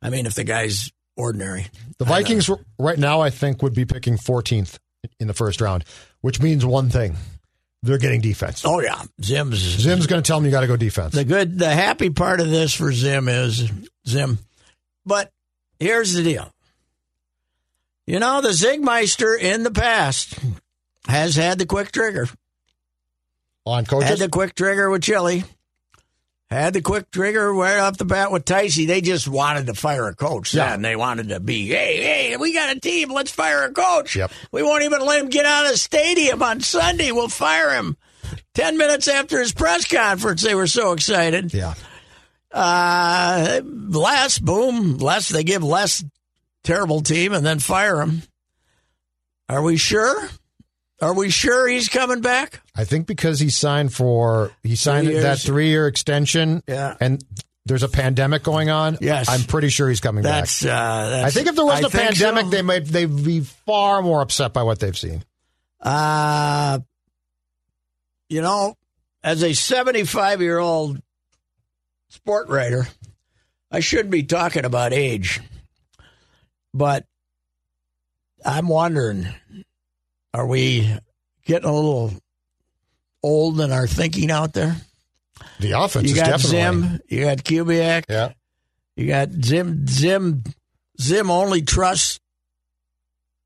[SPEAKER 3] I mean, if the guy's ordinary,
[SPEAKER 4] The Vikings r- right now, I think, would be picking 14th in the first round, which means one thing: they're getting defense.
[SPEAKER 3] oh yeah, Zim's
[SPEAKER 4] Zim's going to tell them you got to go defense.
[SPEAKER 3] The good, the happy part of this for Zim is Zim. But here's the deal. You know, the Zigmeister in the past has had the quick trigger.
[SPEAKER 4] On
[SPEAKER 3] Had
[SPEAKER 4] coaches,
[SPEAKER 3] the quick trigger with Chili. Had the quick trigger right off the bat with Ticey. They just wanted to fire a coach.
[SPEAKER 4] Yeah.
[SPEAKER 3] Yeah. And they wanted to be, hey, hey, we got a team. Let's fire a coach.
[SPEAKER 4] Yep.
[SPEAKER 3] We won't even let him get out of the stadium on Sunday. We'll fire him. Ten minutes after his press conference, they were so excited.
[SPEAKER 4] yeah,
[SPEAKER 3] Uh, less, boom, less. They give less terrible team and then fire him. Are we sure? Are we sure he's coming back?
[SPEAKER 4] I think because he signed for he signed
[SPEAKER 3] Three
[SPEAKER 4] that
[SPEAKER 3] years.
[SPEAKER 4] three-year extension,
[SPEAKER 3] Yeah.
[SPEAKER 4] and there's a pandemic going on.
[SPEAKER 3] Yes.
[SPEAKER 4] I'm pretty sure he's coming
[SPEAKER 3] That's, uh,
[SPEAKER 4] back.
[SPEAKER 3] that's
[SPEAKER 4] I think if there wasn't a
[SPEAKER 3] I think
[SPEAKER 4] pandemic,
[SPEAKER 3] so.
[SPEAKER 4] they might they'd be far more upset by what they've seen.
[SPEAKER 3] Uh, you know, as a 75 year old sport writer, I shouldn't be talking about age, but I'm wondering are we getting a little old in our thinking out there?
[SPEAKER 4] The offense
[SPEAKER 3] You
[SPEAKER 4] is
[SPEAKER 3] got
[SPEAKER 4] definitely
[SPEAKER 3] Zim, you got Kubiak,
[SPEAKER 4] yeah.
[SPEAKER 3] you got Zim, Zim, Zim only trusts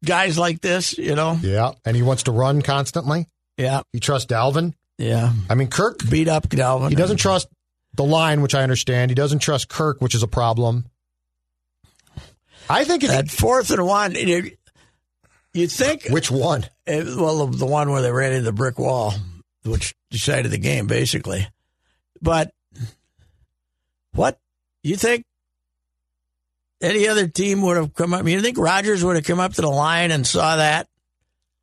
[SPEAKER 3] guys like this, you know?
[SPEAKER 4] Yeah, and he wants to run constantly.
[SPEAKER 3] Yeah,
[SPEAKER 4] He trusts Dalvin.
[SPEAKER 3] yeah.
[SPEAKER 4] I mean, Kirk
[SPEAKER 3] Beat up Dalvin.
[SPEAKER 4] He doesn't trust the line, which I understand. He doesn't trust Kirk, which is a problem. I think
[SPEAKER 3] That
[SPEAKER 4] it's
[SPEAKER 3] fourth and one, you, you think?
[SPEAKER 4] which one?
[SPEAKER 3] eh, Well, the one where they ran into the brick wall, which decided the game basically. But what you think? any other team would have come up. I mean, you think Rogers would have come up to the line and saw that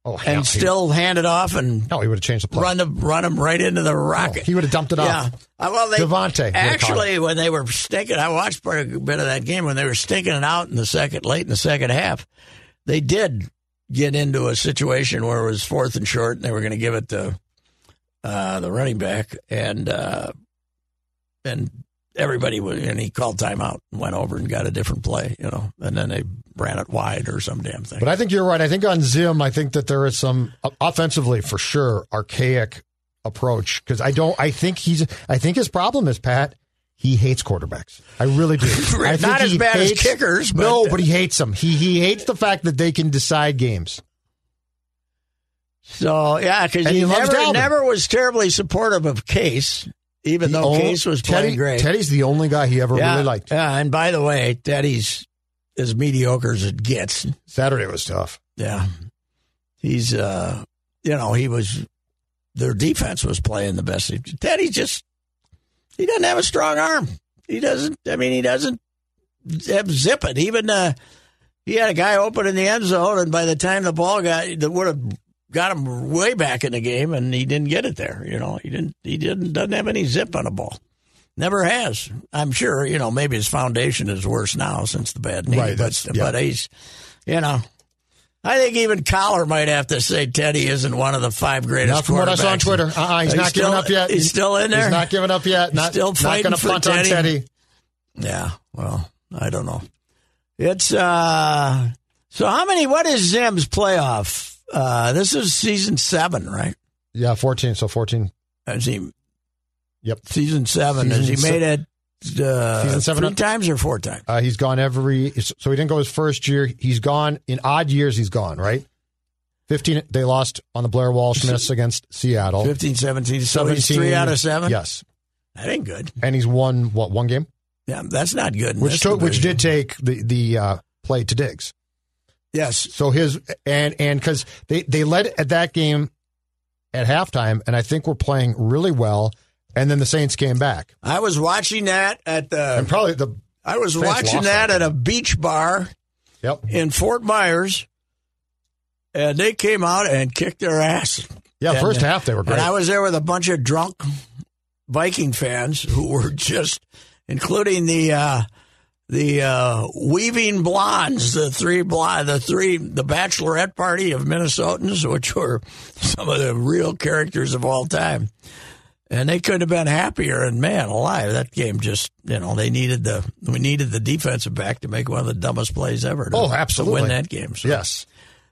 [SPEAKER 4] Oh, hell,
[SPEAKER 3] and
[SPEAKER 4] he-
[SPEAKER 3] still hand it off and
[SPEAKER 4] no, he would have changed the play.
[SPEAKER 3] run the run him right into the
[SPEAKER 4] No,
[SPEAKER 3] rocket?
[SPEAKER 4] he would have dumped it
[SPEAKER 3] yeah,
[SPEAKER 4] off.
[SPEAKER 3] Uh, well, they
[SPEAKER 4] Devontae would have caught
[SPEAKER 3] actually when they were stinking. I watched part of, a bit of that game when they were stinking it out in the second, late in the second half. They did get into a situation where it was fourth and short, and they were going to give it to uh, the running back, and uh, and everybody was, and he called timeout and went over and got a different play, you know, and then they ran it wide or some damn thing.
[SPEAKER 4] But I think you're right. I think on Zim, I think that there is some o- offensively for sure archaic approach because I don't. I think he's. I think his problem is Pat. He hates quarterbacks. I really do. I think
[SPEAKER 3] Not as
[SPEAKER 4] he
[SPEAKER 3] bad as kickers, but-
[SPEAKER 4] no, but he hates them. He he hates the fact that they can decide games.
[SPEAKER 3] So yeah, because
[SPEAKER 4] And
[SPEAKER 3] he,
[SPEAKER 4] he loves
[SPEAKER 3] never
[SPEAKER 4] Dalvin.
[SPEAKER 3] never was terribly supportive of Case, even
[SPEAKER 4] The
[SPEAKER 3] though
[SPEAKER 4] only-
[SPEAKER 3] Case was
[SPEAKER 4] Teddy,
[SPEAKER 3] playing great.
[SPEAKER 4] Teddy's the only guy he ever
[SPEAKER 3] yeah,
[SPEAKER 4] really liked.
[SPEAKER 3] yeah, and by the way, Teddy's as mediocre as it gets.
[SPEAKER 4] Saturday was tough.
[SPEAKER 3] Yeah, he's uh, you know, he was their defense was playing the best. Teddy just he doesn't have a strong arm. He doesn't. I mean, he doesn't have zip it. Even uh, he had a guy open in the end zone, and by the time the ball got that would have got him way back in the game, and he didn't get it there. You know, he didn't. He didn't doesn't have any zip on a ball. Never has. I'm sure. You know, maybe his foundation is worse now since the bad knee.
[SPEAKER 4] Right,
[SPEAKER 3] but
[SPEAKER 4] that's- yeah.
[SPEAKER 3] but he's, you know. I think even Collar might have to say Teddy isn't one of the five greatest.
[SPEAKER 4] Not from what I saw on
[SPEAKER 3] quarterbacks.
[SPEAKER 4] Twitter. Uh-uh, he's,
[SPEAKER 3] He's
[SPEAKER 4] not
[SPEAKER 3] still-
[SPEAKER 4] giving up yet.
[SPEAKER 3] he's still in there?
[SPEAKER 4] He's not giving up yet. Not,
[SPEAKER 3] still
[SPEAKER 4] not
[SPEAKER 3] fighting
[SPEAKER 4] going to
[SPEAKER 3] for
[SPEAKER 4] punt on
[SPEAKER 3] Teddy?
[SPEAKER 4] Teddy.
[SPEAKER 3] Yeah, well, I don't know. It's uh so how many what is Zim's playoff? Uh this is season seven, right?
[SPEAKER 4] Yeah, 14. So 14.
[SPEAKER 3] Is he
[SPEAKER 4] Yep.
[SPEAKER 3] season seven.
[SPEAKER 4] Season
[SPEAKER 3] has he
[SPEAKER 4] se-
[SPEAKER 3] made it uh
[SPEAKER 4] Season seven
[SPEAKER 3] three
[SPEAKER 4] up?
[SPEAKER 3] times or four times?
[SPEAKER 4] Uh, he's gone every. So he didn't go his first year. He's gone in odd years. He's gone right. Fifteen. They lost on the Blair Walsh miss against Seattle.
[SPEAKER 3] 15, 17, so he's three
[SPEAKER 4] 17,
[SPEAKER 3] out of seven?
[SPEAKER 4] Yes,
[SPEAKER 3] That ain't good.
[SPEAKER 4] and he's won what one game,
[SPEAKER 3] Yeah, that's not good. in
[SPEAKER 4] which
[SPEAKER 3] this
[SPEAKER 4] took, which
[SPEAKER 3] division.
[SPEAKER 4] did take the the uh, play to Diggs.
[SPEAKER 3] Yes.
[SPEAKER 4] So his and and because they they led at that game at halftime, and I think we're playing really well. And then the Saints came back,
[SPEAKER 3] I was watching that at
[SPEAKER 4] and
[SPEAKER 3] the
[SPEAKER 4] probably the
[SPEAKER 3] I was
[SPEAKER 4] Saints
[SPEAKER 3] watching
[SPEAKER 4] lost
[SPEAKER 3] that at
[SPEAKER 4] that
[SPEAKER 3] a beach bar
[SPEAKER 4] yep
[SPEAKER 3] in Fort Myers and they came out and kicked their ass.
[SPEAKER 4] yeah
[SPEAKER 3] And,
[SPEAKER 4] first
[SPEAKER 3] uh,
[SPEAKER 4] half they were great.
[SPEAKER 3] And I was there with a bunch of drunk Viking fans who were just, including the uh, the uh, weaving blondes, the three blonde, the three the bachelorette party of Minnesotans, which were some of the real characters of all time. And they couldn't have been happier. And man, alive, that game just you know they needed the we needed the defensive back to make one of the dumbest plays ever. To,
[SPEAKER 4] Oh,
[SPEAKER 3] to
[SPEAKER 4] absolutely.
[SPEAKER 3] win that game. So.
[SPEAKER 4] yes,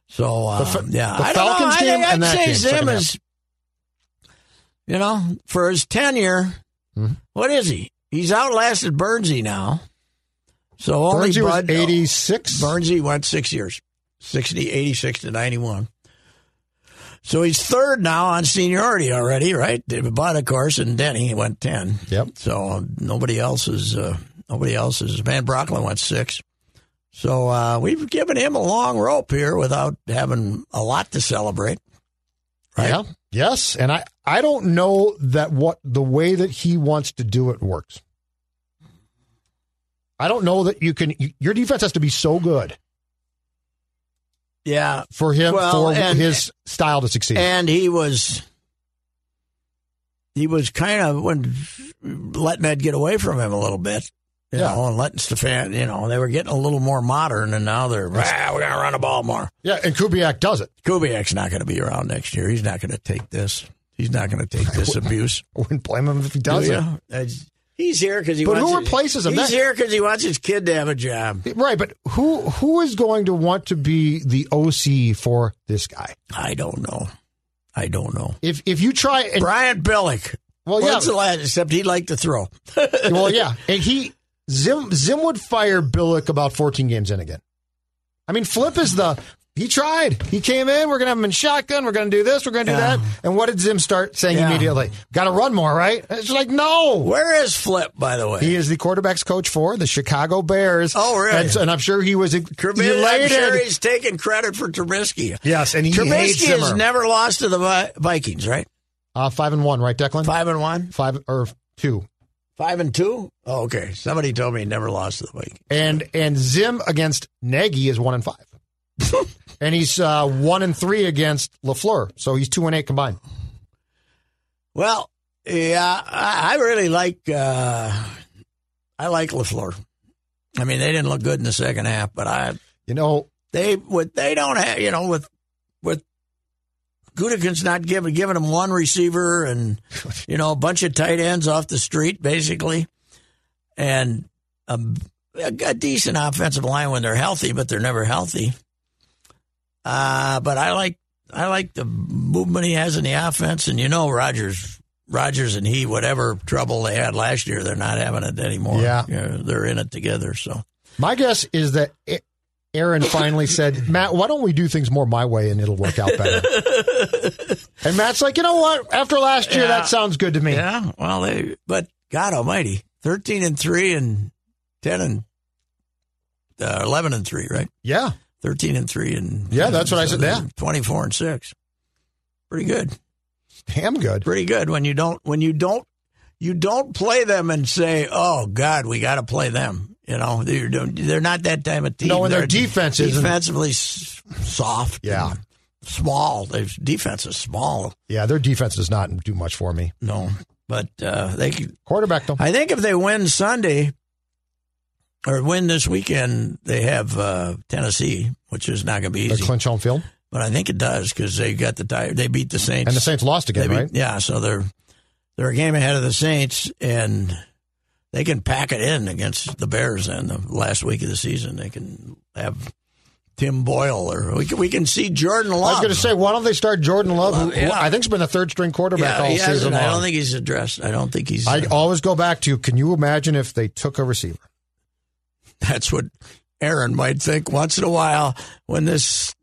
[SPEAKER 3] So uh,
[SPEAKER 4] The Fa-
[SPEAKER 3] yeah,
[SPEAKER 4] the
[SPEAKER 3] I don't know.
[SPEAKER 4] Falcons
[SPEAKER 3] I think
[SPEAKER 4] game
[SPEAKER 3] I'd
[SPEAKER 4] and that
[SPEAKER 3] say
[SPEAKER 4] game,
[SPEAKER 3] Zim
[SPEAKER 4] second half.
[SPEAKER 3] is, you know, for his tenure,
[SPEAKER 4] Hmm?
[SPEAKER 3] what is he? He's outlasted Bernsey now. So only
[SPEAKER 4] Bernsey was
[SPEAKER 3] Bud-
[SPEAKER 4] eighty six.
[SPEAKER 3] Bernsey went six years, 60, 86 to 91. So he's third now on seniority already, right? David Budd, of course, and Denny went 10.
[SPEAKER 4] Yep.
[SPEAKER 3] So um, nobody else is, uh, nobody else is. Van Brocklin went six. So uh, we've given him a long rope here without having a lot to celebrate. Right?
[SPEAKER 4] Yeah. Yes, and I I don't know that what the way that he wants to do it works. I don't know that you can. y- Your defense has to be so good
[SPEAKER 3] Yeah.
[SPEAKER 4] for him
[SPEAKER 3] Well,
[SPEAKER 4] for
[SPEAKER 3] and-
[SPEAKER 4] his style to succeed.
[SPEAKER 3] And he was he was kind of when letting that get away from him a little bit. You
[SPEAKER 4] Yeah.
[SPEAKER 3] know, and letting Stefan, you know, they were getting a little more modern, and now they're, ah, we're going to run the ball more.
[SPEAKER 4] yeah, and Kubiak does it.
[SPEAKER 3] Kubiak's not going to be around next year. He's not going to take this. He's not going to take this abuse.
[SPEAKER 4] I wouldn't blame him if he
[SPEAKER 3] Do
[SPEAKER 4] does it.
[SPEAKER 3] ya? That's- He's here because he
[SPEAKER 4] But
[SPEAKER 3] wants
[SPEAKER 4] who
[SPEAKER 3] it-
[SPEAKER 4] replaces him?
[SPEAKER 3] He's
[SPEAKER 4] That-
[SPEAKER 3] here because he wants his kid to have a job.
[SPEAKER 4] Right, but who who is going to want to be the OC for this guy?
[SPEAKER 3] I don't know. I don't know.
[SPEAKER 4] If if you try and
[SPEAKER 3] Brian Billick.
[SPEAKER 4] well, yeah,
[SPEAKER 3] When's the last- except he liked to throw.
[SPEAKER 4] well, yeah, and he Zim Zim would fire Billick about 14 games in again. I mean, Flip is the he tried. He came in. We're gonna have him in shotgun. We're gonna do this. We're gonna do
[SPEAKER 3] Yeah.
[SPEAKER 4] that. And what did Zim start saying
[SPEAKER 3] Yeah.
[SPEAKER 4] immediately? Got to run more, right? It's just like no.
[SPEAKER 3] Where is Flip, by the way?
[SPEAKER 4] He is the quarterbacks coach for the Chicago Bears.
[SPEAKER 3] Oh, really?
[SPEAKER 4] And, so- and I'm sure he was
[SPEAKER 3] Trubisky, I'm
[SPEAKER 4] elated.
[SPEAKER 3] sure he's taking credit for Trubisky.
[SPEAKER 4] yes, and he hates
[SPEAKER 3] Trubisky has
[SPEAKER 4] Zimmer.
[SPEAKER 3] never lost to the Vi- Vikings, right?
[SPEAKER 4] uh, five and one, right, Declan?
[SPEAKER 3] Five and one.
[SPEAKER 4] Five or two.
[SPEAKER 3] Five and two? Oh, okay. Somebody told me he never lost to the Vikings.
[SPEAKER 4] And and Zim against Nagy is one and five, and he's uh, one and three against Lafleur. So he's two and eight combined.
[SPEAKER 3] Well, yeah, I, I really like uh, I like Lafleur. I mean, they didn't look good in the second half, but I
[SPEAKER 4] You know,
[SPEAKER 3] they what they don't have, you know, with with Gudikin's not giving giving them one receiver and you know a bunch of tight ends off the street basically, and a, a, a decent offensive line when they're healthy, but they're never healthy. Uh, but I like I like the movement he has in the offense, and you know Rogers. Rogers and he, whatever trouble they had last year, they're not having it anymore.
[SPEAKER 4] Yeah.
[SPEAKER 3] You know, they're in it together. So
[SPEAKER 4] my guess is that A- Aaron finally said, "Matt, why don't we do things more my way and it'll work out better." and Matt's like, "You know what? After last year,
[SPEAKER 3] Yeah.
[SPEAKER 4] that sounds good to me."
[SPEAKER 3] Yeah, well, they but God Almighty, thirteen and three and ten and uh, eleven and three, right?
[SPEAKER 4] yeah.
[SPEAKER 3] Thirteen and three and
[SPEAKER 4] Yeah, that's what I said, yeah.
[SPEAKER 3] twenty four and six. Pretty good,
[SPEAKER 4] damn good.
[SPEAKER 3] pretty good. When you don't, when you don't, you don't play them and say, "Oh God, we got to play them." You know, they're they're not that type of team.
[SPEAKER 4] No, and their
[SPEAKER 3] They're
[SPEAKER 4] defense isn't-
[SPEAKER 3] defensively s- soft.
[SPEAKER 4] Yeah.
[SPEAKER 3] and small. Their defense is small.
[SPEAKER 4] Yeah, their defense does not do much for me.
[SPEAKER 3] No, but uh, they could-
[SPEAKER 4] Quarterback though.
[SPEAKER 3] I think if they win Sunday or win this weekend, they have uh, Tennessee, which is not going to be
[SPEAKER 4] They
[SPEAKER 3] easy.
[SPEAKER 4] clinch home field,
[SPEAKER 3] but I think it does because they got the tie. They beat the Saints.
[SPEAKER 4] and the Saints lost
[SPEAKER 3] They
[SPEAKER 4] again,
[SPEAKER 3] beat-
[SPEAKER 4] right?
[SPEAKER 3] Yeah, so they're they're a game ahead of the Saints, and they can pack it in against the Bears in the last week of the season. They can have Tim Boyle, or we can, we can see Jordan Love.
[SPEAKER 4] I was going to say, why don't they start Jordan Love, who, who
[SPEAKER 3] yeah.
[SPEAKER 4] I think's been the third string quarterback
[SPEAKER 3] yeah,
[SPEAKER 4] all
[SPEAKER 3] he hasn't-
[SPEAKER 4] season long.
[SPEAKER 3] I don't think he's addressed. I don't think he's.
[SPEAKER 4] I always go back to, can you imagine if they took a receiver?
[SPEAKER 3] That's what Aaron might think once in a while when this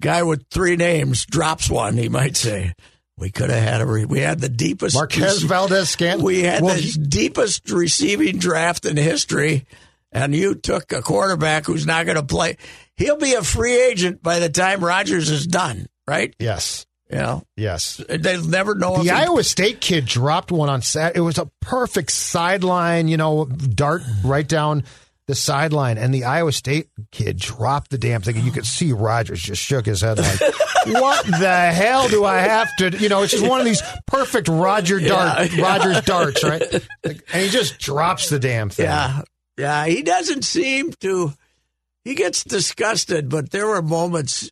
[SPEAKER 3] guy with three names drops one. He might say, "We could have had a re- we had the deepest
[SPEAKER 4] Marquez Valdez Scantling.
[SPEAKER 3] we had
[SPEAKER 4] well,
[SPEAKER 3] the deepest receiving draft in history, and you took a quarterback who's not going to play. He'll be a free agent by the time Rodgers is done, right?
[SPEAKER 4] yes,
[SPEAKER 3] You know,
[SPEAKER 4] yes.
[SPEAKER 3] they'll never know. if
[SPEAKER 4] The
[SPEAKER 3] he-
[SPEAKER 4] Iowa State kid dropped one on Sat. It was a perfect sideline, you know, dart right down the sideline, and the Iowa State kid dropped the damn thing, and you could see Rogers just shook his head like, "What the hell do I have to?" You know, it's just one of these perfect Roger dart, Rogers darts, right? Like, and he just drops the damn thing.
[SPEAKER 3] Yeah. Yeah. He doesn't seem to, he gets disgusted, but there were moments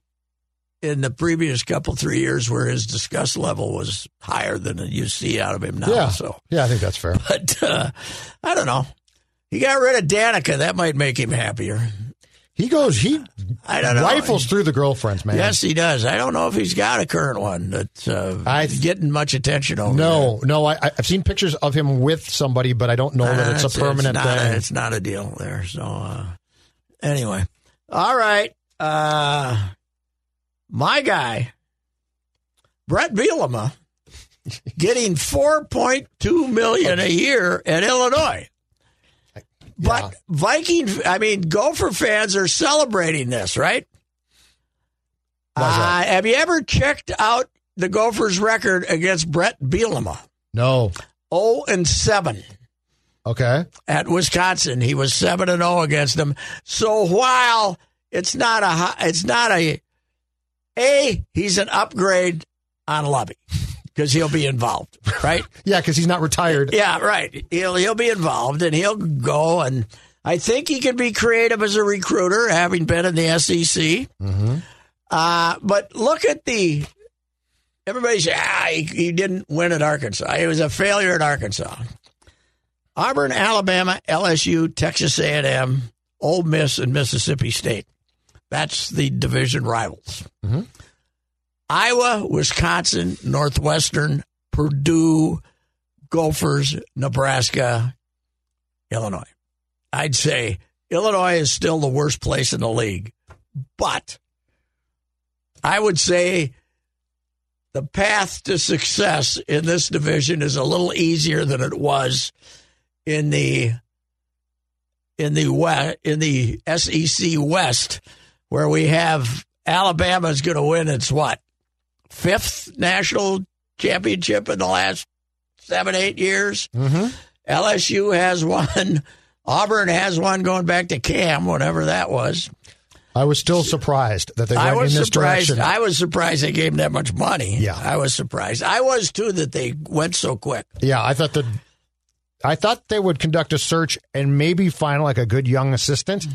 [SPEAKER 3] in the previous couple, three years where his disgust level was higher than you see out of him now.
[SPEAKER 4] yeah,
[SPEAKER 3] So,
[SPEAKER 4] yeah. I think that's fair.
[SPEAKER 3] but uh, I don't know. He got rid of Danica. That might make him happier.
[SPEAKER 4] He goes, he
[SPEAKER 3] I don't know.
[SPEAKER 4] rifles through the girlfriends, man.
[SPEAKER 3] Yes, he does. I don't know if he's got a current one that's uh,
[SPEAKER 4] I-
[SPEAKER 3] getting much attention over there.
[SPEAKER 4] No, no. I, I've seen pictures of him with somebody, but I don't know
[SPEAKER 3] Uh,
[SPEAKER 4] that Oh, it's, a permanent
[SPEAKER 3] not
[SPEAKER 4] thing.
[SPEAKER 3] A, it's not a deal there. So uh, anyway, all right. Uh, my guy, Brett Bielema, getting four point two million a year at Illinois. But
[SPEAKER 4] Yeah.
[SPEAKER 3] Viking, I mean, Gopher fans are celebrating this, right?
[SPEAKER 4] Why's
[SPEAKER 3] Uh,
[SPEAKER 4] that?
[SPEAKER 3] have you ever checked out the Gophers' record against Brett Bielema?
[SPEAKER 4] no.
[SPEAKER 3] Oh and seven
[SPEAKER 4] Okay.
[SPEAKER 3] at Wisconsin. He was seven and zero against them. So while it's not a, hi- it's not a, a he's an upgrade on Lubby because he'll be involved, right?
[SPEAKER 4] Yeah, because he's not retired.
[SPEAKER 3] yeah, right. He'll he'll be involved and he'll go and I think he can be creative as a recruiter, having been in the SEC.
[SPEAKER 4] Mhm.
[SPEAKER 3] Uh, but look at the. Everybody says, ah, he, he didn't win at Arkansas. He was a failure at Arkansas. Auburn, Alabama, LSU, Texas A&M, Ole Miss, and Mississippi State. That's the division rivals.
[SPEAKER 4] Mhm.
[SPEAKER 3] Iowa, Wisconsin, Northwestern, Purdue, Gophers, Nebraska, Illinois. I'd say Illinois is still the worst place in the league, but I would say the path to success in this division is a little easier than it was in the in the West, in the SEC West, where we have Alabama's going to win its what fifth national championship in the last seven eight years
[SPEAKER 4] Mm-hmm.
[SPEAKER 3] LSU has one. Auburn has one going back to Cam, whatever that was.
[SPEAKER 4] I was still surprised that they
[SPEAKER 3] I
[SPEAKER 4] went
[SPEAKER 3] was
[SPEAKER 4] in this
[SPEAKER 3] surprised.
[SPEAKER 4] direction.
[SPEAKER 3] I was surprised they gave him that much money.
[SPEAKER 4] Yeah.
[SPEAKER 3] I was surprised. I was too that they went so quick.
[SPEAKER 4] yeah, I thought that I thought they would conduct a search and maybe find like a good young assistant.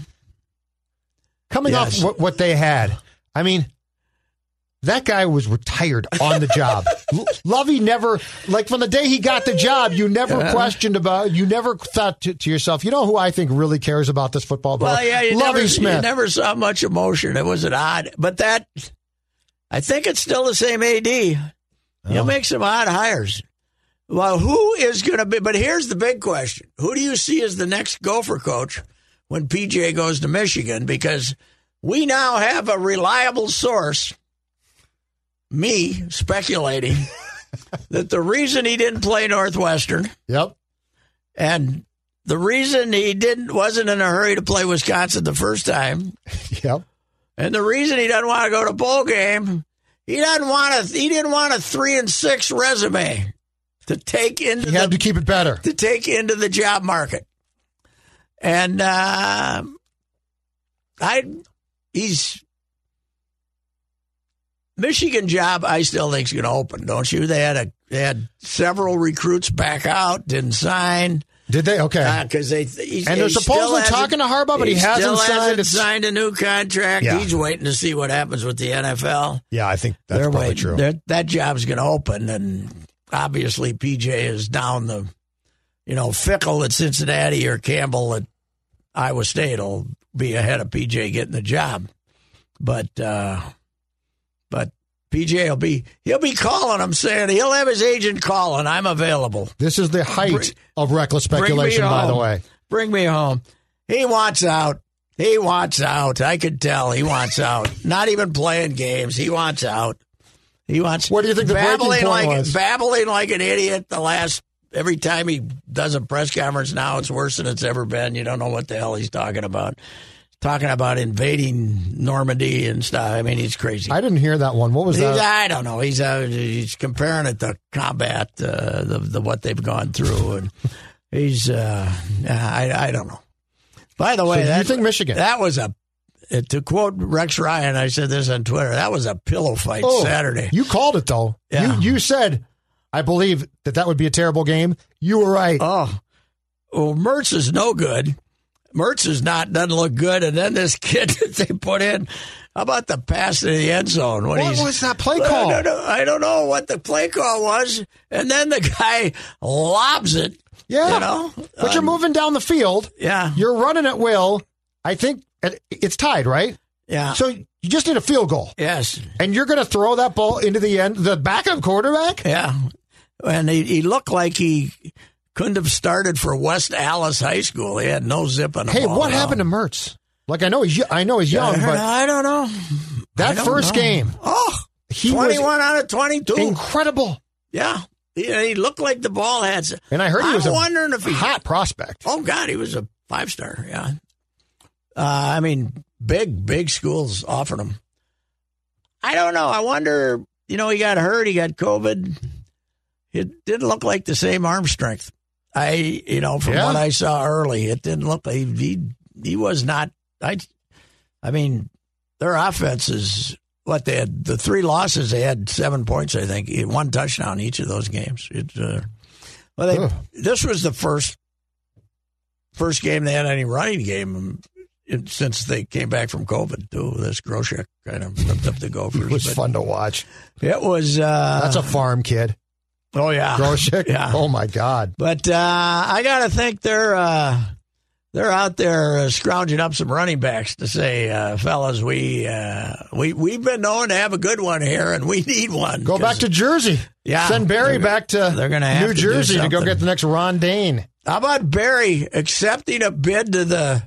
[SPEAKER 4] Coming
[SPEAKER 3] Yes.
[SPEAKER 4] off what, what they had, I mean, that guy was retired on the job. L- Lovey never like from the day he got the job, you never questioned about. You never thought to, to yourself, you know who I think really cares about this football?
[SPEAKER 3] Well,
[SPEAKER 4] ball?
[SPEAKER 3] yeah, you
[SPEAKER 4] Lovey
[SPEAKER 3] never,
[SPEAKER 4] Smith.
[SPEAKER 3] you never saw much emotion. It was an odd, but that I think it's still the same AD. He'll make some odd hires. Well, who is going to be? But here's the big question: Who do you see as the next Gopher coach when PJ goes to Michigan? Because we now have a reliable source. Me speculating that the reason he didn't play Northwestern
[SPEAKER 4] Yep.
[SPEAKER 3] and the reason he didn't wasn't in a hurry to play Wisconsin the first time,
[SPEAKER 4] Yep.
[SPEAKER 3] and the reason he doesn't want to go to bowl game, he doesn't want to. He didn't want a three and six resume to take into
[SPEAKER 4] You had
[SPEAKER 3] the
[SPEAKER 4] to keep it better.
[SPEAKER 3] to take into the job market. And uh, I, he's Michigan job. I still think's going to open, don't you? They had a they had several recruits back out, didn't sign.
[SPEAKER 4] Did they? Okay.
[SPEAKER 3] Because Uh, they he,
[SPEAKER 4] Eh. And they're
[SPEAKER 3] he
[SPEAKER 4] supposedly
[SPEAKER 3] still hasn't-
[SPEAKER 4] talking to Harbaugh, but he hasn't
[SPEAKER 3] still
[SPEAKER 4] signed
[SPEAKER 3] hasn't
[SPEAKER 4] a-
[SPEAKER 3] signed a new contract.
[SPEAKER 4] Yeah.
[SPEAKER 3] He's waiting to see what happens with the NFL.
[SPEAKER 4] yeah, I think
[SPEAKER 3] They're waiting. They're- that job's going to open, and obviously PJ is down the, you know, Fickle at Cincinnati or Campbell at Iowa State will be ahead of PJ getting the job, but uh, but PJ will be he'll be calling him saying he'll have his agent calling I'm available.
[SPEAKER 4] This is the height
[SPEAKER 3] Bring-
[SPEAKER 4] of reckless
[SPEAKER 3] Bring me
[SPEAKER 4] speculation, by the
[SPEAKER 3] home.
[SPEAKER 4] way.
[SPEAKER 3] Bring me home. He wants out. He wants out. I could tell he wants out. Not even playing games. He wants out. He wants.
[SPEAKER 4] What do you think the breaking
[SPEAKER 3] babbling like
[SPEAKER 4] point was?
[SPEAKER 3] babbling like an idiot? The last every time he does a press conference now, it's worse than it's ever been. You don't know what the hell he's talking about. Talking about invading Normandy and stuff. I mean, he's crazy.
[SPEAKER 4] I didn't hear that one. What was
[SPEAKER 3] He's-
[SPEAKER 4] that?
[SPEAKER 3] I don't know. He's uh, he's comparing it to combat, uh, the, the what they've gone through, and he's uh, I I don't know. By the way,
[SPEAKER 4] you
[SPEAKER 3] that,
[SPEAKER 4] think Michigan-
[SPEAKER 3] That was a uh, to quote Rex Ryan. I said this on Twitter. That was a pillow fight
[SPEAKER 4] Oh,
[SPEAKER 3] Saturday.
[SPEAKER 4] You called it though.
[SPEAKER 3] Yeah.
[SPEAKER 4] You you said, I believe that that would be a terrible game. You were right.
[SPEAKER 3] Oh, well, Mertz is no good. Mertz is not doesn't look good, and then this kid that they put in. How about the pass to the end zone? When
[SPEAKER 4] what
[SPEAKER 3] he's,
[SPEAKER 4] was that play
[SPEAKER 3] I
[SPEAKER 4] call?
[SPEAKER 3] don't know- I don't know what the play call was. And then the guy lobs it.
[SPEAKER 4] Yeah.
[SPEAKER 3] You know?
[SPEAKER 4] But you're
[SPEAKER 3] Um,
[SPEAKER 4] moving down the field.
[SPEAKER 3] Yeah.
[SPEAKER 4] You're running at will. I think it- it's tied, right?
[SPEAKER 3] Yeah.
[SPEAKER 4] So you just need a field goal,
[SPEAKER 3] yes.
[SPEAKER 4] and you're going to throw that ball into the end. The backup quarterback.
[SPEAKER 3] Yeah. And he, he looked like he couldn't have started for West Alice High School. He had no zip on him.
[SPEAKER 4] Hey, what happened to Mertz? Like I know he's yo- I know he's young,
[SPEAKER 3] I don't know.
[SPEAKER 4] but
[SPEAKER 3] I don't know. I
[SPEAKER 4] that
[SPEAKER 3] don't
[SPEAKER 4] first
[SPEAKER 3] know.
[SPEAKER 4] game
[SPEAKER 3] Oh,
[SPEAKER 4] he
[SPEAKER 3] 21
[SPEAKER 4] was
[SPEAKER 3] out of 22.
[SPEAKER 4] incredible.
[SPEAKER 3] yeah. He, he looked like the ball had. s-
[SPEAKER 4] And I heard he
[SPEAKER 3] I'm
[SPEAKER 4] was a
[SPEAKER 3] wondering if he
[SPEAKER 4] hot prospect.
[SPEAKER 3] Oh God, he was a five star. Yeah, uh, I mean, big big schools offered him. I don't know. I wonder. You know, he got hurt. He got COVID. It didn't look like the same arm strength. I, you know, from
[SPEAKER 4] Yeah.
[SPEAKER 3] what I saw early, it didn't look like he he was not. I, I mean, their offense is what they had. The three losses, they had seven points. I think e, one touchdown each of those games. It's uh, well, they,
[SPEAKER 4] Ugh.
[SPEAKER 3] this was the first first game they had any running game um, in, since they came back from COVID. Too this Groshek kind of ripped up the Gophers.
[SPEAKER 4] It was
[SPEAKER 3] but
[SPEAKER 4] fun to watch.
[SPEAKER 3] It was. Uh,
[SPEAKER 4] That's a farm kid.
[SPEAKER 3] oh yeah,
[SPEAKER 4] Groshek.
[SPEAKER 3] yeah.
[SPEAKER 4] Oh my God.
[SPEAKER 3] But uh, I gotta think they're uh, they're out there uh, scrounging up some running backs to say, uh, fellas, we uh, we we've been known to have a good one here, and we need one.
[SPEAKER 4] Go
[SPEAKER 3] 'Cause
[SPEAKER 4] back to Jersey.
[SPEAKER 3] Yeah.
[SPEAKER 4] Send Barry
[SPEAKER 3] They're-
[SPEAKER 4] back to
[SPEAKER 3] they're gonna have to
[SPEAKER 4] New
[SPEAKER 3] do
[SPEAKER 4] Jersey to go
[SPEAKER 3] something.
[SPEAKER 4] get the next Ron Dane.
[SPEAKER 3] How about Barry accepting a bid to the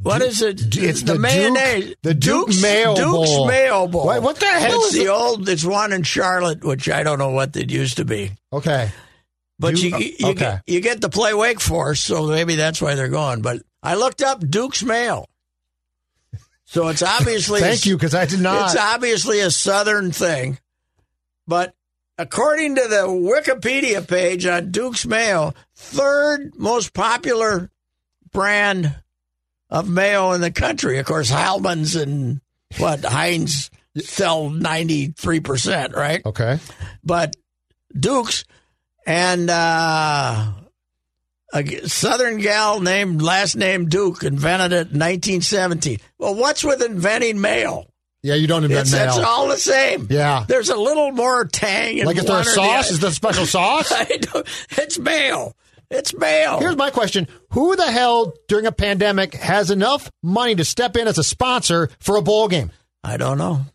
[SPEAKER 3] what is it?
[SPEAKER 4] it's the Duke-
[SPEAKER 3] mayonnaise.
[SPEAKER 4] the Duke
[SPEAKER 3] Duke's,
[SPEAKER 4] Mayo
[SPEAKER 3] Duke's
[SPEAKER 4] Bowl.
[SPEAKER 3] Mayo Bowl.
[SPEAKER 4] Wait, what the hell
[SPEAKER 3] It's
[SPEAKER 4] is
[SPEAKER 3] the
[SPEAKER 4] it?
[SPEAKER 3] old? It's one in Charlotte, which I don't know what it used to be.
[SPEAKER 4] Okay.
[SPEAKER 3] But
[SPEAKER 4] Duke-
[SPEAKER 3] you you, you
[SPEAKER 4] okay.
[SPEAKER 3] get, you get to play Wake Forest, so maybe that's why they're going. But I looked up Duke's Mail, so it's obviously
[SPEAKER 4] Thank you, because I did not.
[SPEAKER 3] It's obviously a Southern thing, but according to the Wikipedia page on Duke's Mayo, third most popular brand of mayo in the country. Of course, Heilman's and what Heinz sell ninety three percent, right?
[SPEAKER 4] Okay.
[SPEAKER 3] but Dukes and uh, a g- Southern gal named last name Duke invented it in 1917. Well, what's with inventing mail?
[SPEAKER 4] Yeah, you don't invent
[SPEAKER 3] It's, it's
[SPEAKER 4] mail.
[SPEAKER 3] all the same.
[SPEAKER 4] Yeah.
[SPEAKER 3] there's a little more tang. In
[SPEAKER 4] Like, is there
[SPEAKER 3] one
[SPEAKER 4] a
[SPEAKER 3] or the
[SPEAKER 4] sauce?
[SPEAKER 3] other.
[SPEAKER 4] Is there a special sauce?
[SPEAKER 3] I don't- it's mail. It's mail.
[SPEAKER 4] Here's my question: Who the hell during a pandemic has enough money to step in as a sponsor for a bowl game?
[SPEAKER 3] I don't know.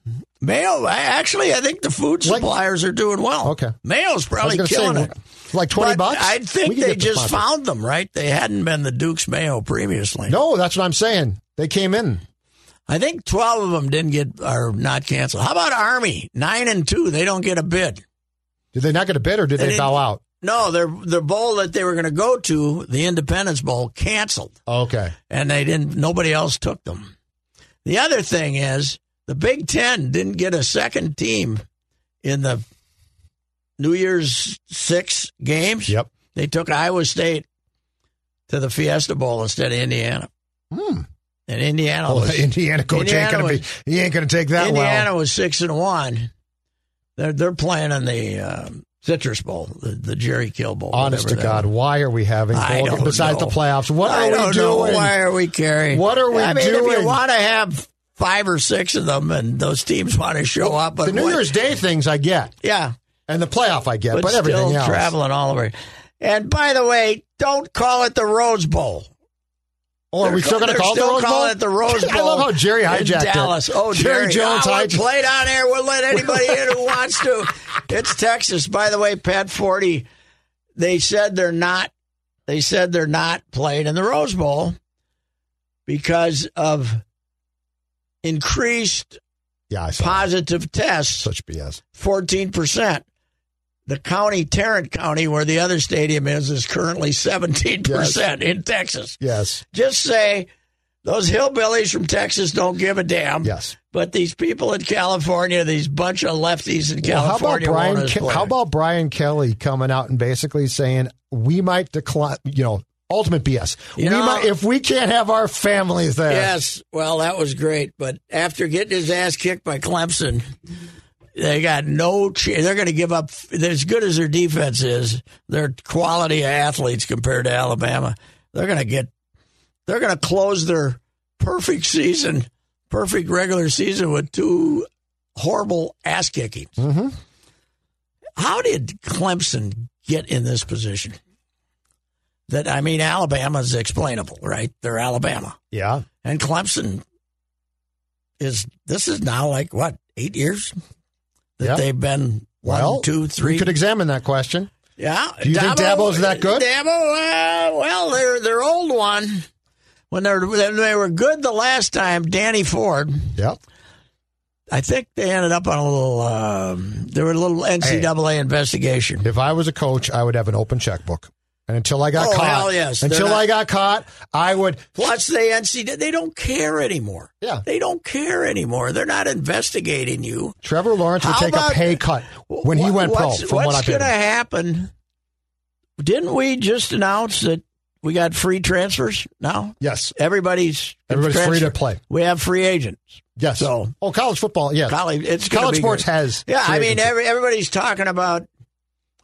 [SPEAKER 3] Mail. I, actually, I think the food
[SPEAKER 4] Like-
[SPEAKER 3] suppliers are doing well.
[SPEAKER 4] Okay.
[SPEAKER 3] mail's
[SPEAKER 4] I was
[SPEAKER 3] probably
[SPEAKER 4] gonna say,
[SPEAKER 3] killing it.
[SPEAKER 4] like twenty
[SPEAKER 3] But
[SPEAKER 4] bucks.
[SPEAKER 3] I
[SPEAKER 4] We
[SPEAKER 3] think
[SPEAKER 4] could
[SPEAKER 3] they
[SPEAKER 4] get the
[SPEAKER 3] just
[SPEAKER 4] sponsor.
[SPEAKER 3] found them, right? They hadn't been the Duke's Mayo previously.
[SPEAKER 4] No, that's what I'm saying. They came in.
[SPEAKER 3] I think 12 of them didn't get, are not canceled. How about Army? Nine and two. They don't get a bid.
[SPEAKER 4] Did they not get a bid, or did
[SPEAKER 3] They
[SPEAKER 4] they,
[SPEAKER 3] didn't-
[SPEAKER 4] bow out?
[SPEAKER 3] No, their, their bowl that they were going to go to, the Independence Bowl, canceled.
[SPEAKER 4] Oh, Okay.
[SPEAKER 3] And they didn't, nobody else took them. The other thing is the Big Ten didn't get a second team in the New Year's six games.
[SPEAKER 4] Yep.
[SPEAKER 3] They took Iowa State to the Fiesta Bowl instead of Indiana. And Indiana
[SPEAKER 4] Oh,
[SPEAKER 3] was
[SPEAKER 4] the Indiana coach ain't
[SPEAKER 3] Indiana
[SPEAKER 4] gonna
[SPEAKER 3] was-
[SPEAKER 4] be. He ain't gonna take that
[SPEAKER 3] Indiana
[SPEAKER 4] well.
[SPEAKER 3] was six and one. They're they're playing in the um, Citrus Bowl, the, the Jerry Kill Bowl.
[SPEAKER 4] Honest to
[SPEAKER 3] whatever that
[SPEAKER 4] God,
[SPEAKER 3] is.
[SPEAKER 4] why are we having
[SPEAKER 3] I
[SPEAKER 4] bowl
[SPEAKER 3] don't
[SPEAKER 4] besides
[SPEAKER 3] know.
[SPEAKER 4] the playoffs? What
[SPEAKER 3] I
[SPEAKER 4] are
[SPEAKER 3] don't
[SPEAKER 4] we
[SPEAKER 3] know.
[SPEAKER 4] doing?
[SPEAKER 3] Why are we carrying?
[SPEAKER 4] What are we
[SPEAKER 3] I mean, if
[SPEAKER 4] doing?
[SPEAKER 3] you want to have five or six of them, and those teams want to show up, but
[SPEAKER 4] the New
[SPEAKER 3] what-
[SPEAKER 4] Year's Day things I get,
[SPEAKER 3] yeah,
[SPEAKER 4] and the playoff I get,
[SPEAKER 3] but,
[SPEAKER 4] but, everything
[SPEAKER 3] still
[SPEAKER 4] else.
[SPEAKER 3] traveling all over. And by the way, don't call it the Rose Bowl.
[SPEAKER 4] Or Oh, are we
[SPEAKER 3] They're
[SPEAKER 4] still going to
[SPEAKER 3] they're
[SPEAKER 4] call it the
[SPEAKER 3] still
[SPEAKER 4] Rose Bowl?
[SPEAKER 3] calling it the Rose Bowl.
[SPEAKER 4] I love how Jerry
[SPEAKER 3] in
[SPEAKER 4] hijacked it.
[SPEAKER 3] Dallas. Oh,
[SPEAKER 4] Jerry,
[SPEAKER 3] Jerry,
[SPEAKER 4] Jones
[SPEAKER 3] oh, we'll
[SPEAKER 4] hijacked.
[SPEAKER 3] play down there. We'll let anybody in who wants to. It's Texas. By the way, Pat Forty, they said they're not. They said they're not playing in the Rose Bowl because of increased
[SPEAKER 4] Yeah, I saw that.
[SPEAKER 3] positive tests,
[SPEAKER 4] such BS.
[SPEAKER 3] fourteen percent. The county, Tarrant County, where the other stadium is, is currently seventeen percent in Texas
[SPEAKER 4] Yes,
[SPEAKER 3] just say those hillbillies from Texas don't give a damn.
[SPEAKER 4] yes.
[SPEAKER 3] But these people in California, these bunch of lefties in
[SPEAKER 4] Well, how about
[SPEAKER 3] California, want
[SPEAKER 4] Brian?
[SPEAKER 3] us
[SPEAKER 4] Ke-
[SPEAKER 3] playing.
[SPEAKER 4] how about Brian Kelly coming out and basically saying we might decline? You know, ultimate BS.
[SPEAKER 3] You
[SPEAKER 4] we
[SPEAKER 3] know-
[SPEAKER 4] might if we can't have our families there.
[SPEAKER 3] Yes, well, that was great, but after getting his ass kicked by Clemson, they got no. Ch- they're going to give up. They're As good as their defense is, their quality of athletes compared to Alabama, they're going to get. They're going to close their perfect season, perfect regular season with two horrible ass kickings. Mm-hmm. How did Clemson get in this position? That I mean, Alabama's explainable, right? They're Alabama
[SPEAKER 4] Yeah.
[SPEAKER 3] and Clemson is this is now like what eight years that
[SPEAKER 4] Yeah.
[SPEAKER 3] they've been one,
[SPEAKER 4] Well,
[SPEAKER 3] two,
[SPEAKER 4] We
[SPEAKER 3] three.
[SPEAKER 4] could examine that question.
[SPEAKER 3] yeah,
[SPEAKER 4] Do you think Dabo's that good?
[SPEAKER 3] Dabo, uh, well, they're they're old one. When they were when they were good the last time, Danny Ford.
[SPEAKER 4] Yep.
[SPEAKER 3] I think they ended up on a little. Um, there were a little NCAA investigation.
[SPEAKER 4] If I was a coach, I would have an open checkbook. And until I got
[SPEAKER 3] Oh,
[SPEAKER 4] caught,
[SPEAKER 3] hell yes. They're
[SPEAKER 4] until
[SPEAKER 3] not-
[SPEAKER 4] I got caught, I would.
[SPEAKER 3] Plus, the NCAA they don't care anymore.
[SPEAKER 4] Yeah.
[SPEAKER 3] they don't care anymore. They're not investigating you.
[SPEAKER 4] Trevor Lawrence would
[SPEAKER 3] How
[SPEAKER 4] take
[SPEAKER 3] about-
[SPEAKER 4] a pay cut when he
[SPEAKER 3] What-
[SPEAKER 4] went pro.
[SPEAKER 3] what's,
[SPEAKER 4] From what I've
[SPEAKER 3] going to
[SPEAKER 4] heard.
[SPEAKER 3] happen? Didn't we just announce that we got free transfers now?
[SPEAKER 4] Yes.
[SPEAKER 3] Everybody's
[SPEAKER 4] Everybody's free to play.
[SPEAKER 3] We have free agents.
[SPEAKER 4] Yes.
[SPEAKER 3] So-
[SPEAKER 4] oh, college football. Yes.
[SPEAKER 3] College, it's gonna
[SPEAKER 4] College
[SPEAKER 3] be
[SPEAKER 4] sports
[SPEAKER 3] great.
[SPEAKER 4] has.
[SPEAKER 3] Yeah,
[SPEAKER 4] free
[SPEAKER 3] I mean,
[SPEAKER 4] agency.
[SPEAKER 3] every, everybody's talking about.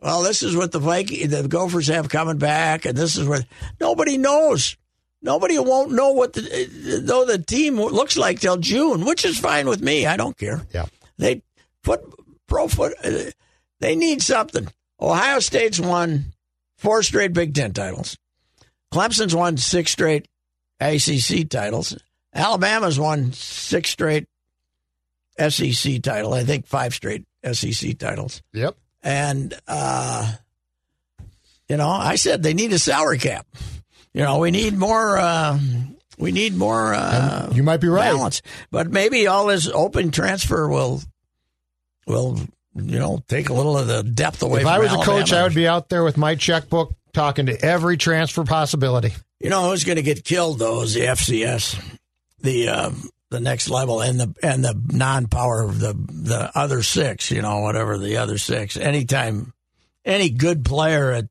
[SPEAKER 3] Well, this is what the Viking, the Gophers have coming back, and this is what nobody knows. Nobody won't know what the though the team looks like till June, which is fine with me. I don't care.
[SPEAKER 4] Yeah.
[SPEAKER 3] They put pro foot. uh, They need something. Ohio State's won four straight Big Ten titles. Clemson's won six straight ACC titles. Alabama's won six straight SEC E title. I think five straight SEC titles.
[SPEAKER 4] Yep.
[SPEAKER 3] And uh, you know, I said they need a salary cap. You know, we need more. Uh, we need more. Uh,
[SPEAKER 4] you might be right.
[SPEAKER 3] Balance, but maybe all this open transfer will will you know take a little of the depth away.
[SPEAKER 4] If
[SPEAKER 3] from
[SPEAKER 4] I was a
[SPEAKER 3] Alabama.
[SPEAKER 4] coach, I would be out there with my checkbook talking to every transfer possibility.
[SPEAKER 3] You know who's going to get killed though is the FCS, the um, the next level and the and the non-power of the the other six, you know, whatever the other six. Anytime, any good player at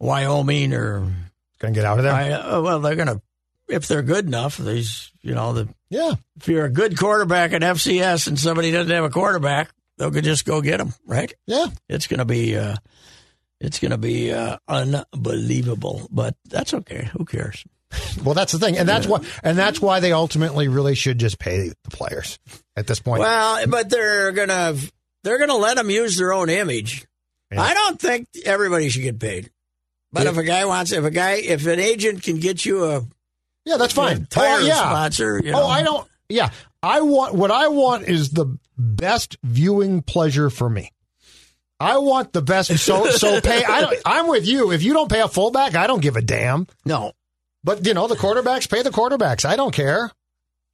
[SPEAKER 3] Wyoming or
[SPEAKER 4] Gonna get out of there.
[SPEAKER 3] I, uh, well, they're gonna if they're good enough. These, you know, the
[SPEAKER 4] yeah,
[SPEAKER 3] if you're a good quarterback at FCS and somebody doesn't have a quarterback, they'll go- just go get him, right?
[SPEAKER 4] yeah.
[SPEAKER 3] It's gonna be. Uh, it's going to be uh, unbelievable, but that's okay. Who cares?
[SPEAKER 4] Well, that's the thing, and that's why, and that's why they ultimately really should just pay the players at this point.
[SPEAKER 3] Well, but they're gonna they're gonna let them use their own image.
[SPEAKER 4] Yeah.
[SPEAKER 3] I don't think everybody should get paid. But if a guy wants, if a guy, if an agent can get you a
[SPEAKER 4] yeah, that's fine.
[SPEAKER 3] tire
[SPEAKER 4] oh, yeah.
[SPEAKER 3] sponsor, you
[SPEAKER 4] Oh,
[SPEAKER 3] know.
[SPEAKER 4] I don't. Yeah, I want what I want is the best viewing pleasure for me. I want the best. So so pay. I don't, I'm with you. If you don't pay a fullback, I don't give a damn.
[SPEAKER 3] No,
[SPEAKER 4] But you know the quarterbacks pay the quarterbacks. I don't care.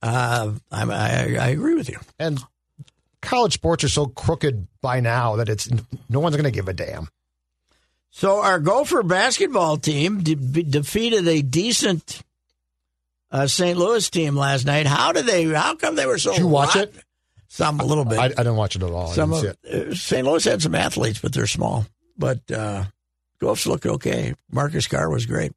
[SPEAKER 3] uh, I'm, I I agree with you.
[SPEAKER 4] And college sports are so crooked by now that it's no one's going to give a damn.
[SPEAKER 3] So our Gopher basketball team de- be- defeated a decent uh, St. Louis team last night. How did they? How come they were so?
[SPEAKER 4] Did you watch
[SPEAKER 3] rotten?
[SPEAKER 4] it?
[SPEAKER 3] Some a little bit.
[SPEAKER 4] I, I didn't watch it at all. I
[SPEAKER 3] Some
[SPEAKER 4] didn't
[SPEAKER 3] of
[SPEAKER 4] see it.
[SPEAKER 3] uh, St. Louis had some athletes, but they're small. But uh, Gophers looked okay. Marcus Carr was great.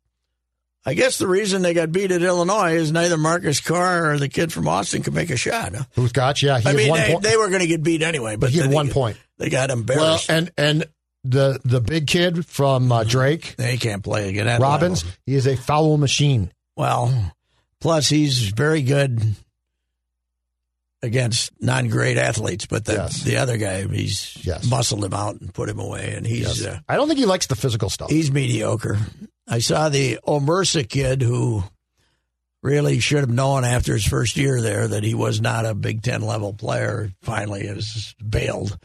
[SPEAKER 3] I guess the reason they got beat at Illinois is neither Marcus Carr or the kid from Austin could make a shot. huh?
[SPEAKER 4] Who's got? Yeah, he
[SPEAKER 3] I
[SPEAKER 4] had
[SPEAKER 3] mean,
[SPEAKER 4] one
[SPEAKER 3] they,
[SPEAKER 4] point.
[SPEAKER 3] they were going to get beat anyway, but
[SPEAKER 4] he had
[SPEAKER 3] then they
[SPEAKER 4] one
[SPEAKER 3] get-
[SPEAKER 4] point.
[SPEAKER 3] They got
[SPEAKER 4] Well,
[SPEAKER 3] embarrassed. Mm-hmm.
[SPEAKER 4] and and the the big kid from uh, Drake
[SPEAKER 3] they can't play again. at that
[SPEAKER 4] Robbins,
[SPEAKER 3] level.
[SPEAKER 4] he is a foul machine.
[SPEAKER 3] Well, plus he's very good against non-great athletes, but the,
[SPEAKER 4] Yes.
[SPEAKER 3] the other guy, he's
[SPEAKER 4] Yes.
[SPEAKER 3] muscled him out and put him away, and he's. Uh,
[SPEAKER 4] I don't think he likes the physical stuff.
[SPEAKER 3] He's mediocre. I saw the Omersa kid who really should have known after his first year there that he was not a Big Ten level player. Finally, is bailed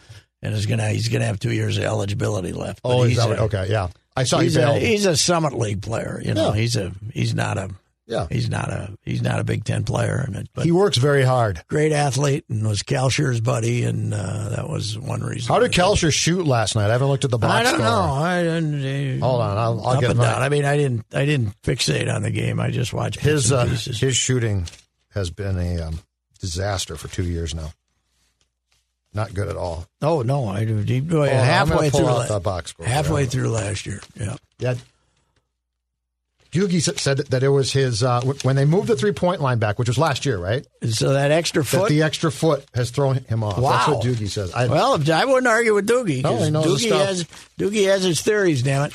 [SPEAKER 3] and is gonna he's gonna have two years of eligibility left. But
[SPEAKER 4] oh, is
[SPEAKER 3] he's
[SPEAKER 4] that what-
[SPEAKER 3] a,
[SPEAKER 4] okay? Yeah, I saw
[SPEAKER 3] He's
[SPEAKER 4] he
[SPEAKER 3] a,
[SPEAKER 4] bailed.
[SPEAKER 3] he's a Summit League player. You know,
[SPEAKER 4] Yeah.
[SPEAKER 3] he's a he's not a
[SPEAKER 4] yeah,
[SPEAKER 3] he's not a he's not a Big Ten player. And it, but
[SPEAKER 4] he works very hard.
[SPEAKER 3] great athlete and was Kalsher's buddy, and uh, that was one reason.
[SPEAKER 4] How did Kelscher shoot last night? I haven't looked at the box.
[SPEAKER 3] I don't
[SPEAKER 4] score.
[SPEAKER 3] know. I didn't. uh,
[SPEAKER 4] Hold on, I'll, I'll
[SPEAKER 3] up
[SPEAKER 4] get
[SPEAKER 3] and
[SPEAKER 4] my,
[SPEAKER 3] down. I mean, I didn't, I didn't fixate on the game. I just watched bits
[SPEAKER 4] his
[SPEAKER 3] and
[SPEAKER 4] uh,
[SPEAKER 3] pieces.
[SPEAKER 4] his shooting has been a um, disaster for two years now. Not good at all.
[SPEAKER 3] oh no, I do. He, boy,
[SPEAKER 4] Hold on, I'm
[SPEAKER 3] halfway
[SPEAKER 4] gonna pull
[SPEAKER 3] through,
[SPEAKER 4] out
[SPEAKER 3] la-
[SPEAKER 4] the box score.
[SPEAKER 3] halfway through last year. Yeah,
[SPEAKER 4] Yeah. Doogie s- said that it was his uh, w- when they moved the three point line back, which was last year, right?
[SPEAKER 3] and so that extra
[SPEAKER 4] That
[SPEAKER 3] foot.
[SPEAKER 4] the extra foot has thrown him off. That's
[SPEAKER 3] Wow.
[SPEAKER 4] what Doogie says. I,
[SPEAKER 3] well, I wouldn't argue with Doogie.
[SPEAKER 4] No,
[SPEAKER 3] 'cause
[SPEAKER 4] he knows his
[SPEAKER 3] Doogie
[SPEAKER 4] stuff.
[SPEAKER 3] has Doogie has his theories. Damn it!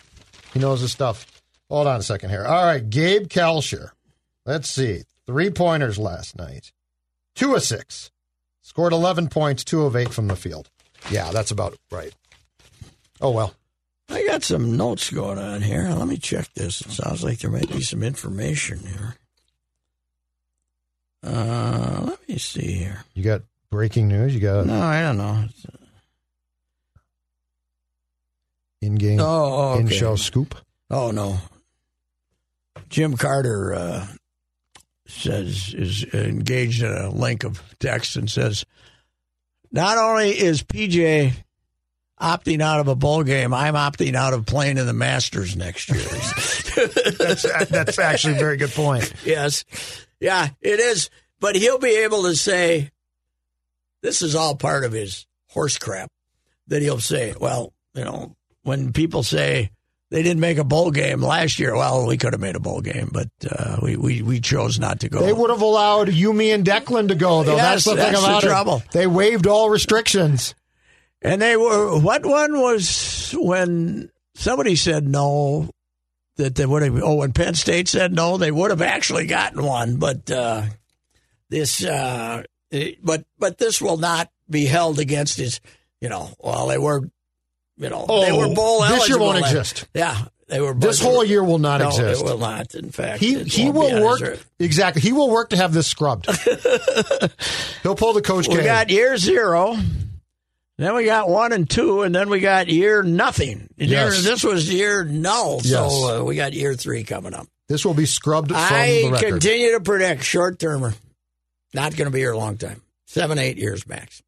[SPEAKER 4] He knows his stuff. Hold on a second here. All right, Gabe Kalsher. Let's see. Three pointers last night. Two of six. Scored 11 points, two of eight from the field. Yeah, that's about right. Oh, well.
[SPEAKER 3] I got some notes going on here. Let me check this. It sounds like there might be some information here. Uh, let me see here.
[SPEAKER 4] You got breaking news. You got
[SPEAKER 3] No, I don't know.
[SPEAKER 4] in game,
[SPEAKER 3] Oh, okay.
[SPEAKER 4] in show scoop.
[SPEAKER 3] Oh no. Jim Carter uh, says is engaged in a link of text and says, "Not only is PJ opting out of a bowl game, I'm opting out of playing in the Masters next year."
[SPEAKER 4] That's actually a very good point.
[SPEAKER 3] yes, yeah, it is. But he'll be able to say, "This is all part of his horse crap." That he'll say, "Well, you know, when people say." they didn't make a bowl game last year. Well, we could have made a bowl game, but uh, we, we we chose not to go.
[SPEAKER 4] They would have allowed Yumi and Declan to go, though.
[SPEAKER 3] Yes,
[SPEAKER 4] that's the thing
[SPEAKER 3] that's the
[SPEAKER 4] about it.
[SPEAKER 3] trouble.
[SPEAKER 4] They waived all restrictions.
[SPEAKER 3] and they were. What one was when somebody said no that they would have. Oh, when Penn State said no, they would have actually gotten one. But uh, this, uh, it- but but this will not be held against his. You know, well, they were. You know, they
[SPEAKER 4] Oh,
[SPEAKER 3] were bowl eligible.
[SPEAKER 4] this year won't
[SPEAKER 3] last-
[SPEAKER 4] exist.
[SPEAKER 3] Yeah, they were.
[SPEAKER 4] This whole year will not
[SPEAKER 3] no,
[SPEAKER 4] exist.
[SPEAKER 3] it will not. In fact,
[SPEAKER 4] He
[SPEAKER 3] it
[SPEAKER 4] he
[SPEAKER 3] won't be on
[SPEAKER 4] will
[SPEAKER 3] his
[SPEAKER 4] work
[SPEAKER 3] earth.
[SPEAKER 4] exactly. He will work to have this scrubbed. He'll pull the coach.
[SPEAKER 3] We
[SPEAKER 4] K.
[SPEAKER 3] got year zero. Then we got one and two, and then we got year nothing. Year-
[SPEAKER 4] Yes.
[SPEAKER 3] this was year null,
[SPEAKER 4] Yes.
[SPEAKER 3] so uh, we got year three coming up.
[SPEAKER 4] this will be scrubbed from the
[SPEAKER 3] I
[SPEAKER 4] record.
[SPEAKER 3] continue to predict short termer, not going to be here a long time. Seven, eight years max.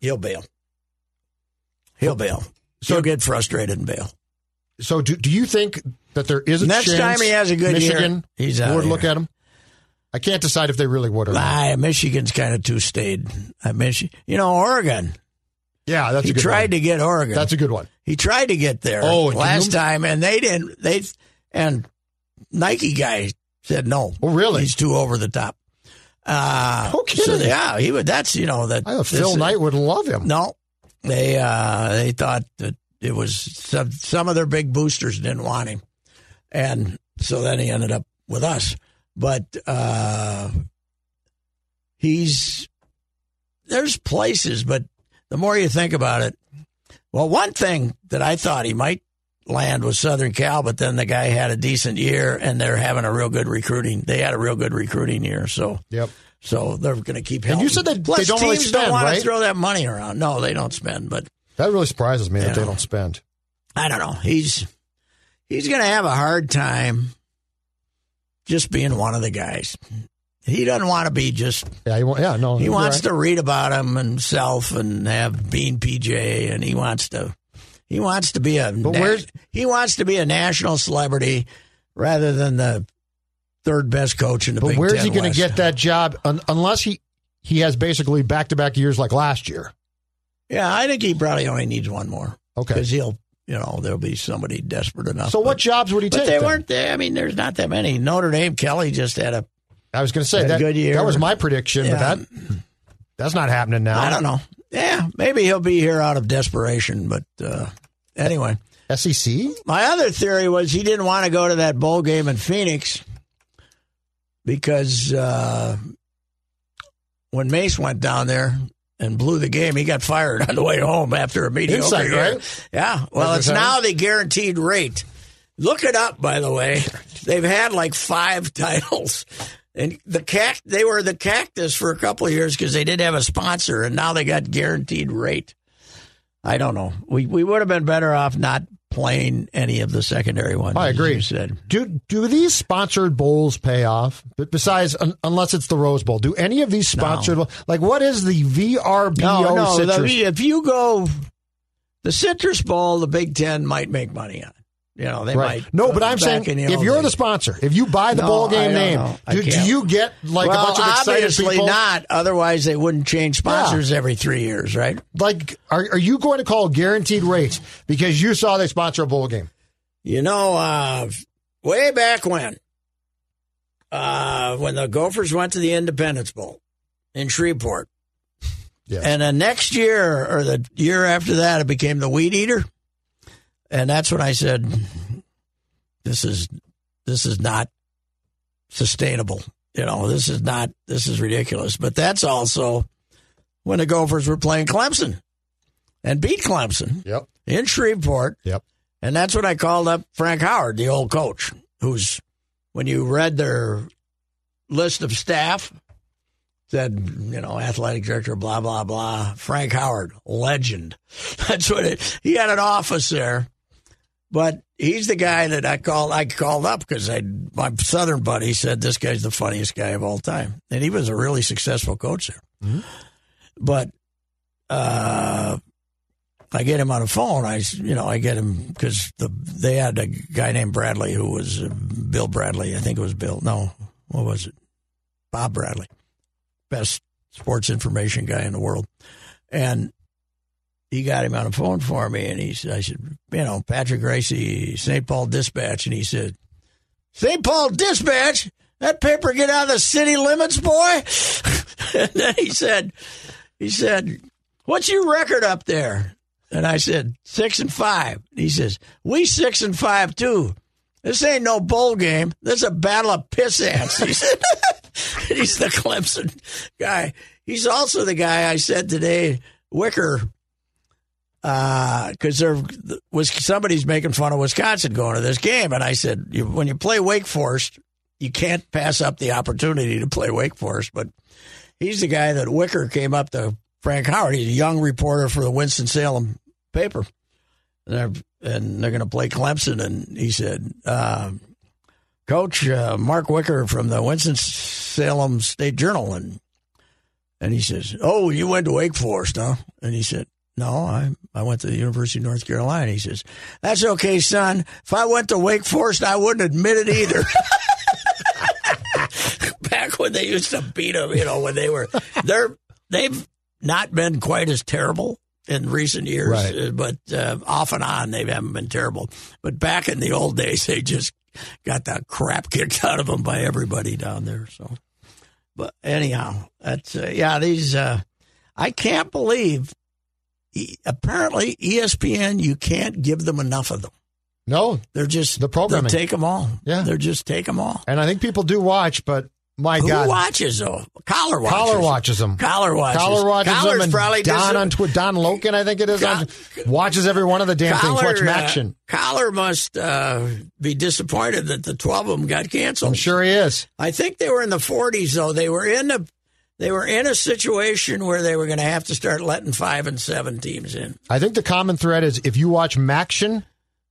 [SPEAKER 3] He'll bail. He'll bail. So He'll get frustrated and bail.
[SPEAKER 4] so do, do you think that there is a
[SPEAKER 3] Next
[SPEAKER 4] chance
[SPEAKER 3] time he has a good year,
[SPEAKER 4] Michigan
[SPEAKER 3] he's out
[SPEAKER 4] would
[SPEAKER 3] of
[SPEAKER 4] look
[SPEAKER 3] here.
[SPEAKER 4] at him? I can't decide if they really would or not.
[SPEAKER 3] Ah, Michigan's kind of too staid. I Michi- you know, Oregon.
[SPEAKER 4] Yeah, that's
[SPEAKER 3] He
[SPEAKER 4] a good
[SPEAKER 3] tried
[SPEAKER 4] one.
[SPEAKER 3] to get Oregon.
[SPEAKER 4] That's a good one.
[SPEAKER 3] he tried to get there
[SPEAKER 4] Oh, and
[SPEAKER 3] last
[SPEAKER 4] Hume?
[SPEAKER 3] time, and they didn't. They and Nike guy said no.
[SPEAKER 4] Oh, really?
[SPEAKER 3] He's too over the top. Uh, so,
[SPEAKER 4] No kidding.
[SPEAKER 3] yeah, he would. That's you know that
[SPEAKER 4] I thought
[SPEAKER 3] this
[SPEAKER 4] Phil
[SPEAKER 3] is-
[SPEAKER 4] Knight would love him.
[SPEAKER 3] No, they uh, they thought that it was some some of their big boosters didn't want him, and so then he ended up with us. But uh, he's there's places, but the more you think about it, well, one thing that I thought he might land was Southern Cal, but then the guy had a decent year, and they're having a real good recruiting. They had a real good recruiting year, so
[SPEAKER 4] Yep.
[SPEAKER 3] so they're going to keep.
[SPEAKER 4] And
[SPEAKER 3] Helping.
[SPEAKER 4] you said that they
[SPEAKER 3] Plus,
[SPEAKER 4] don't
[SPEAKER 3] teams
[SPEAKER 4] really
[SPEAKER 3] don't
[SPEAKER 4] spend,
[SPEAKER 3] want to
[SPEAKER 4] right?
[SPEAKER 3] throw that money around. No, they don't spend. But
[SPEAKER 4] That really surprises me that they
[SPEAKER 3] Yeah.
[SPEAKER 4] don't spend.
[SPEAKER 3] I don't know. He's he's going to have a hard time just being one of the guys. He doesn't want to be just.
[SPEAKER 4] Yeah, he, wa- yeah, no.
[SPEAKER 3] He
[SPEAKER 4] you're
[SPEAKER 3] wants
[SPEAKER 4] right.
[SPEAKER 3] to read about him himself and have Bean PJ, and he wants to. He wants to be a.
[SPEAKER 4] But
[SPEAKER 3] na-
[SPEAKER 4] where's-
[SPEAKER 3] he wants to be a national celebrity rather than the third best coach in the
[SPEAKER 4] But
[SPEAKER 3] Big
[SPEAKER 4] where's
[SPEAKER 3] Ten
[SPEAKER 4] he going
[SPEAKER 3] West.
[SPEAKER 4] to get that job un- unless he he has basically back to back years like last year?
[SPEAKER 3] Yeah, I think he probably only needs one more.
[SPEAKER 4] Okay.
[SPEAKER 3] Because he'll, you know, there'll be somebody desperate enough.
[SPEAKER 4] So
[SPEAKER 3] But,
[SPEAKER 4] what jobs would he
[SPEAKER 3] but
[SPEAKER 4] take?
[SPEAKER 3] they
[SPEAKER 4] then?
[SPEAKER 3] weren't there. I mean, there's not that many. Notre Dame Kelly just had a.
[SPEAKER 4] I was going to say
[SPEAKER 3] Had a
[SPEAKER 4] that
[SPEAKER 3] good year.
[SPEAKER 4] that was my prediction,
[SPEAKER 3] Yeah.
[SPEAKER 4] but that that's not happening now.
[SPEAKER 3] I don't know. Yeah, maybe he'll be here out of desperation. But uh, anyway,
[SPEAKER 4] SEC?
[SPEAKER 3] my other theory was he didn't want to go to that bowl game in Phoenix because uh, when Mace went down there and blew the game, he got fired on the way home after a mediocre
[SPEAKER 4] Insight,
[SPEAKER 3] year.
[SPEAKER 4] right?
[SPEAKER 3] Yeah. Well, it's
[SPEAKER 4] Advertise.
[SPEAKER 3] now the guaranteed rate. Look it up, by the way. They've had like five titles. And the cact they were the cactus for a couple of years because they didn't have a sponsor, and now they got guaranteed rate. I don't know. We we would have been better off not playing any of the secondary ones.
[SPEAKER 4] I
[SPEAKER 3] as
[SPEAKER 4] agree.
[SPEAKER 3] You said
[SPEAKER 4] Do do these sponsored bowls pay off? But besides, un, unless it's the Rose Bowl, do any of these sponsored like what is the VRBO
[SPEAKER 3] no, no. the-
[SPEAKER 4] citrus?
[SPEAKER 3] if you go the Citrus Bowl, the Big Ten might make money on. You know they
[SPEAKER 4] Right.
[SPEAKER 3] might.
[SPEAKER 4] No,
[SPEAKER 3] put
[SPEAKER 4] but
[SPEAKER 3] it
[SPEAKER 4] I'm
[SPEAKER 3] back
[SPEAKER 4] saying
[SPEAKER 3] in the
[SPEAKER 4] if
[SPEAKER 3] old
[SPEAKER 4] you're
[SPEAKER 3] days.
[SPEAKER 4] the sponsor, if you buy the
[SPEAKER 3] No,
[SPEAKER 4] bowl
[SPEAKER 3] I
[SPEAKER 4] game
[SPEAKER 3] don't
[SPEAKER 4] name,
[SPEAKER 3] know. I
[SPEAKER 4] do, do
[SPEAKER 3] can't.
[SPEAKER 4] you get like
[SPEAKER 3] well,
[SPEAKER 4] a bunch of excited
[SPEAKER 3] obviously
[SPEAKER 4] people?
[SPEAKER 3] not. Otherwise, they wouldn't change sponsors every three years, right?
[SPEAKER 4] Like, are, are you going to call guaranteed rates because you saw they sponsor a bowl game?
[SPEAKER 3] You know, uh, way back when, uh, when the Gophers went to the Independence Bowl in Shreveport,
[SPEAKER 4] Yes.
[SPEAKER 3] and the next year or the year after that, it became the Weed Eater, and that's when I said, "This is this is not sustainable." You know, this is not this is ridiculous. But that's also when the Gophers were playing Clemson and beat Clemson
[SPEAKER 4] Yep.
[SPEAKER 3] in Shreveport.
[SPEAKER 4] Yep.
[SPEAKER 3] And that's when I called up Frank Howard, the old coach, who's when you read their list of staff, said, you know, athletic director, blah, blah, blah. Frank Howard, legend. That's what it he had an office there. But he's the guy that I called I called up because I my southern buddy said this guy's the funniest guy of all time. And he was a really successful coach there. But uh I get him on the phone. I, you know, I get him because the, they had a guy named Bradley who was uh, Bill Bradley. I think it was Bill. No, what was it? Bob Bradley, best sports information guy in the world. And he got him on the phone for me. And he said, I said, you know, Patrick Gracie, St. Paul Dispatch. And he said, St. Paul Dispatch, that paper get out of the city limits, boy. and then he said, he said, what's your record up there? And I said, six and five. And he says, we six and five too. This ain't no bowl game. This is a battle of piss ants. He said, and he's the Clemson guy. He's also the guy I said today, Wicker, because there was somebody's making fun of Wisconsin going to this game, and I said, you, when you play Wake Forest, you can't pass up the opportunity to play Wake Forest. But he's the guy that Wicker came up to Frank Howard. He's a young reporter for the Winston Salem paper, and they're, and they're going to play Clemson. And he said, uh, Coach uh, Mark Wicker from the Winston Salem State Journal, and and he says, "Oh, you went to Wake Forest, huh?" And he said, "No, I I went to the University of North Carolina." He says, "That's okay, son. If I went to Wake Forest, I wouldn't admit it either." Back when they used to beat them, you know, when they were they're they've not been quite as terrible in recent years,
[SPEAKER 4] Right.
[SPEAKER 3] uh, but uh, off and on they haven't been terrible. But back in the old days, they just got the crap kicked out of them by everybody down there. So, but anyhow, that's uh, yeah. These uh, I can't believe. E- apparently, ESPN, you can't give them enough of them.
[SPEAKER 4] No,
[SPEAKER 3] They're just
[SPEAKER 4] The programming.
[SPEAKER 3] They take them all.
[SPEAKER 4] Yeah.
[SPEAKER 3] they're just take them all.
[SPEAKER 4] and I think people do watch, but my
[SPEAKER 3] Who
[SPEAKER 4] God,
[SPEAKER 3] watches though? Collar watches.
[SPEAKER 4] Collar watches them.
[SPEAKER 3] Collar watches.
[SPEAKER 4] Collar watches
[SPEAKER 3] Collar's
[SPEAKER 4] them, and
[SPEAKER 3] probably
[SPEAKER 4] Don
[SPEAKER 3] dis-
[SPEAKER 4] on Twitter, Don Loken, I think it is,
[SPEAKER 3] Co-
[SPEAKER 4] on, watches every one of the damn
[SPEAKER 3] Collar,
[SPEAKER 4] things. Watch
[SPEAKER 3] uh,
[SPEAKER 4] Maction.
[SPEAKER 3] Collar must uh, be disappointed that the twelve of them got canceled.
[SPEAKER 4] I'm sure he is.
[SPEAKER 3] I think they were in the forties though. They were in the they were in a situation where they were going to have to start letting five and seven teams in.
[SPEAKER 4] I think the common thread is if you watch Maction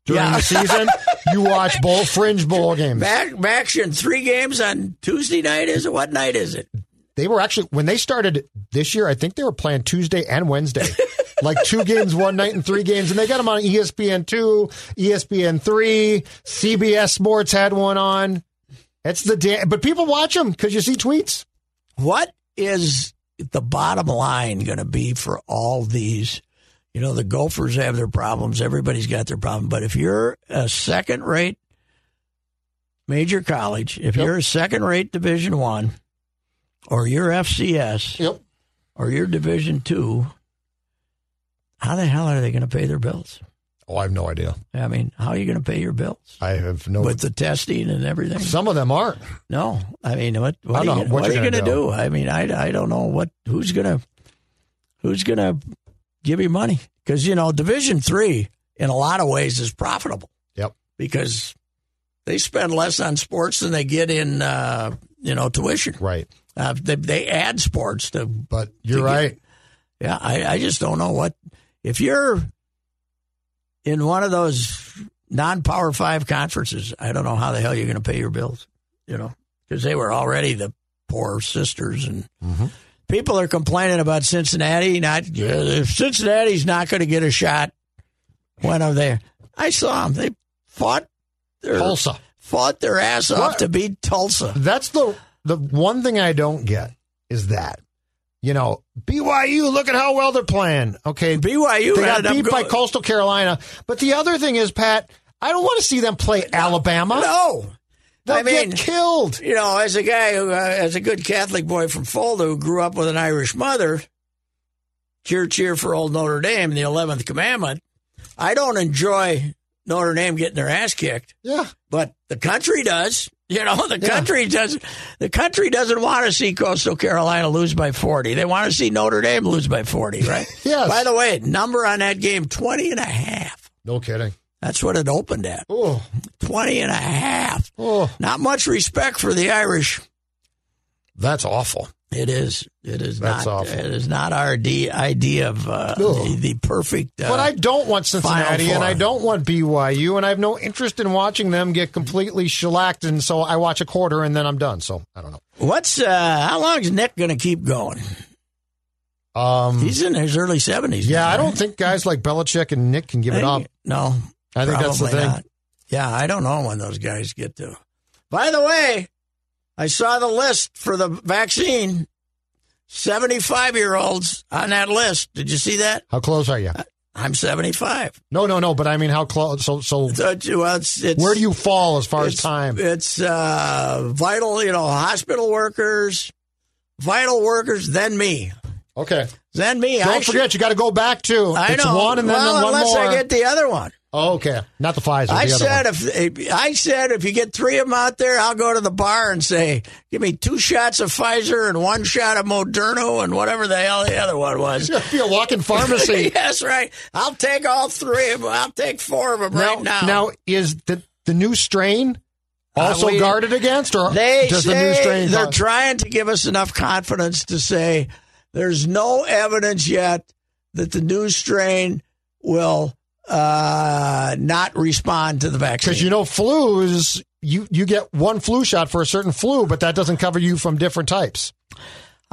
[SPEAKER 4] during
[SPEAKER 3] Yeah.
[SPEAKER 4] the season, you watch bowl fringe bowl games.
[SPEAKER 3] Back action three games on Tuesday night is it? What night is it?
[SPEAKER 4] They were actually when they started this year. I think they were playing Tuesday and Wednesday, like two games one night and three games, and they got them on E ESPN two, E ESPN three, CBS Sports had one on. It's the damn, but people watch them because you see tweets.
[SPEAKER 3] what is the bottom line going to be for all these? You know, the Gophers have their problems. Everybody's got their problem. But if you're a second rate major college, if you're a second rate Division One, or you're FCS,
[SPEAKER 4] Yep.
[SPEAKER 3] or you're Division Two, how the hell are they going to pay their bills?
[SPEAKER 4] Oh, I have no idea.
[SPEAKER 3] I mean, how are you going to pay your bills
[SPEAKER 4] I have no.
[SPEAKER 3] with the testing and everything?
[SPEAKER 4] some of them aren't.
[SPEAKER 3] No, I mean, what? What,
[SPEAKER 4] I
[SPEAKER 3] are
[SPEAKER 4] don't
[SPEAKER 3] you,
[SPEAKER 4] know what
[SPEAKER 3] what are you
[SPEAKER 4] you're
[SPEAKER 3] going to
[SPEAKER 4] gonna
[SPEAKER 3] do? I mean, I, I don't know what who's going to who's going to give you money because you know Division Three in a lot of ways is profitable
[SPEAKER 4] Yep.
[SPEAKER 3] because they spend less on sports than they get in uh, you know tuition.
[SPEAKER 4] Right.
[SPEAKER 3] Uh, they, they add sports to,
[SPEAKER 4] But you're
[SPEAKER 3] To get-
[SPEAKER 4] right.
[SPEAKER 3] yeah. I, I just don't know what if you're in one of those non-power five conferences. I don't know how the hell you're going to pay your bills. You know, because they were already the poor sisters and.
[SPEAKER 4] Mm-hmm.
[SPEAKER 3] People are complaining about Cincinnati. Not if Cincinnati's not going to get a shot when I'm there. I saw them. They fought their
[SPEAKER 4] Tulsa.
[SPEAKER 3] fought their ass off
[SPEAKER 4] What?
[SPEAKER 3] to beat Tulsa.
[SPEAKER 4] That's the the one thing I don't get is that you know BYU. Look at how well they're playing. Okay,
[SPEAKER 3] BYU
[SPEAKER 4] they got
[SPEAKER 3] ended up
[SPEAKER 4] beat by
[SPEAKER 3] go-
[SPEAKER 4] Coastal Carolina. But the other thing is, Pat, I don't want to see them play Alabama.
[SPEAKER 3] No,
[SPEAKER 4] They'll
[SPEAKER 3] I mean-
[SPEAKER 4] get killed.
[SPEAKER 3] you know, as a guy who, uh, as a good Catholic boy from Fulda who grew up with an Irish mother, cheer, cheer for old Notre Dame, the 11th commandment. I don't enjoy Notre Dame getting their ass kicked,
[SPEAKER 4] Yeah,
[SPEAKER 3] but the country does. You know, the
[SPEAKER 4] Yeah.
[SPEAKER 3] country does. The country doesn't want to see Coastal Carolina lose by 40. They want to see Notre Dame lose by 40, right?
[SPEAKER 4] Yes.
[SPEAKER 3] By the way, number on that game, 20 and a half.
[SPEAKER 4] no kidding.
[SPEAKER 3] That's what it opened at.
[SPEAKER 4] Oh,
[SPEAKER 3] 20 and a half.
[SPEAKER 4] oh,
[SPEAKER 3] Not much respect for the Irish.
[SPEAKER 4] that's awful.
[SPEAKER 3] It is. It is
[SPEAKER 4] That's
[SPEAKER 3] not.
[SPEAKER 4] awful.
[SPEAKER 3] It is not our de- idea of uh,
[SPEAKER 4] No.
[SPEAKER 3] the, the perfect. Uh,
[SPEAKER 4] But I don't want Cincinnati,
[SPEAKER 3] Final
[SPEAKER 4] and
[SPEAKER 3] Four.
[SPEAKER 4] I don't want BYU, and I have no interest in watching them get completely shellacked. And so I watch a quarter, and then I'm done. So I don't know.
[SPEAKER 3] what's uh, how long is Nick going to keep going?
[SPEAKER 4] Um,
[SPEAKER 3] He's in his early seventies.
[SPEAKER 4] yeah, I don't think guys like Belichick and Nick can give it up.
[SPEAKER 3] No,
[SPEAKER 4] I think that's the
[SPEAKER 3] probably
[SPEAKER 4] thing.
[SPEAKER 3] not. Yeah, I don't know when those guys get to. By the way, I saw the list for the vaccine. Seventy-five year olds on that list. Did you see that?
[SPEAKER 4] How close are you?
[SPEAKER 3] I'm seventy-five.
[SPEAKER 4] No, no, no. But I mean, how close? So, so
[SPEAKER 3] So, well, it's, it's,
[SPEAKER 4] where do you fall as far as
[SPEAKER 3] it's-
[SPEAKER 4] time?
[SPEAKER 3] It's uh, vital, you know, hospital workers, vital workers, then me.
[SPEAKER 4] Okay.
[SPEAKER 3] Then me.
[SPEAKER 4] Don't
[SPEAKER 3] I should-
[SPEAKER 4] forget, you got to go back to
[SPEAKER 3] I
[SPEAKER 4] it's
[SPEAKER 3] know.
[SPEAKER 4] one and then
[SPEAKER 3] well,
[SPEAKER 4] one
[SPEAKER 3] unless
[SPEAKER 4] more.
[SPEAKER 3] I get the other one.
[SPEAKER 4] oh, okay, not the Pfizer.
[SPEAKER 3] I
[SPEAKER 4] the other
[SPEAKER 3] said
[SPEAKER 4] one.
[SPEAKER 3] if, if I said if you get three of them out there, I'll go to the bar and say, "Give me two shots of Pfizer and one shot of Moderna and whatever the hell the other one was."
[SPEAKER 4] It'd be a walk-in pharmacy
[SPEAKER 3] yes, right. I'll take all three of them. I'll take four of them right now. Uh,
[SPEAKER 4] Now is the the new strain also
[SPEAKER 3] we-
[SPEAKER 4] guarded against, or
[SPEAKER 3] They
[SPEAKER 4] does
[SPEAKER 3] say
[SPEAKER 4] the new strain?
[SPEAKER 3] they're
[SPEAKER 4] cause-
[SPEAKER 3] trying to give us enough confidence to say there's no evidence yet that the new strain will uh, not respond to the vaccine.
[SPEAKER 4] Because you know, flus you you get one flu shot for a certain flu, but that doesn't cover you from different types.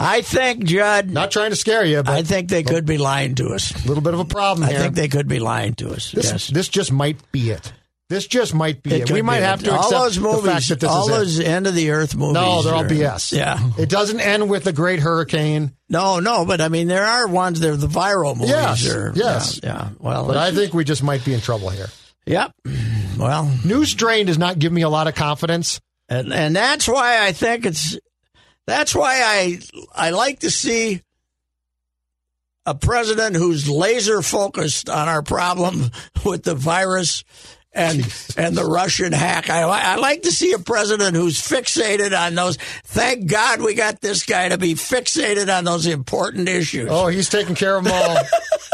[SPEAKER 3] I think Judd.
[SPEAKER 4] Not trying to scare you, but
[SPEAKER 3] I think they could be lying to us.
[SPEAKER 4] a little bit of a problem
[SPEAKER 3] I
[SPEAKER 4] here.
[SPEAKER 3] think they could be lying to us.
[SPEAKER 4] this
[SPEAKER 3] yes.
[SPEAKER 4] this just might be it. This just might be
[SPEAKER 3] It
[SPEAKER 4] it.
[SPEAKER 3] could
[SPEAKER 4] We
[SPEAKER 3] be
[SPEAKER 4] might
[SPEAKER 3] it.
[SPEAKER 4] have to
[SPEAKER 3] all
[SPEAKER 4] accept
[SPEAKER 3] those movies,
[SPEAKER 4] the fact that this
[SPEAKER 3] all
[SPEAKER 4] is it.
[SPEAKER 3] those end of the earth movies.
[SPEAKER 4] No, they're all
[SPEAKER 3] are-
[SPEAKER 4] BS.
[SPEAKER 3] Yeah,
[SPEAKER 4] It doesn't end with a great hurricane.
[SPEAKER 3] no, no, but I mean, there are ones. They're the viral movies.
[SPEAKER 4] Yes,
[SPEAKER 3] or-
[SPEAKER 4] yes.
[SPEAKER 3] yeah, yeah. Well,
[SPEAKER 4] But I
[SPEAKER 3] it's-
[SPEAKER 4] think we just might be in trouble here.
[SPEAKER 3] yep. Well,
[SPEAKER 4] News drain does not give me a lot of confidence.
[SPEAKER 3] and and that's why I think it's that's why I I like to see a president who's laser focused on our problem with the virus and and the Russian hack. I I like to see a president who's fixated on those. Thank God we got this guy to be fixated on those important issues.
[SPEAKER 4] Oh, he's taking care of them all.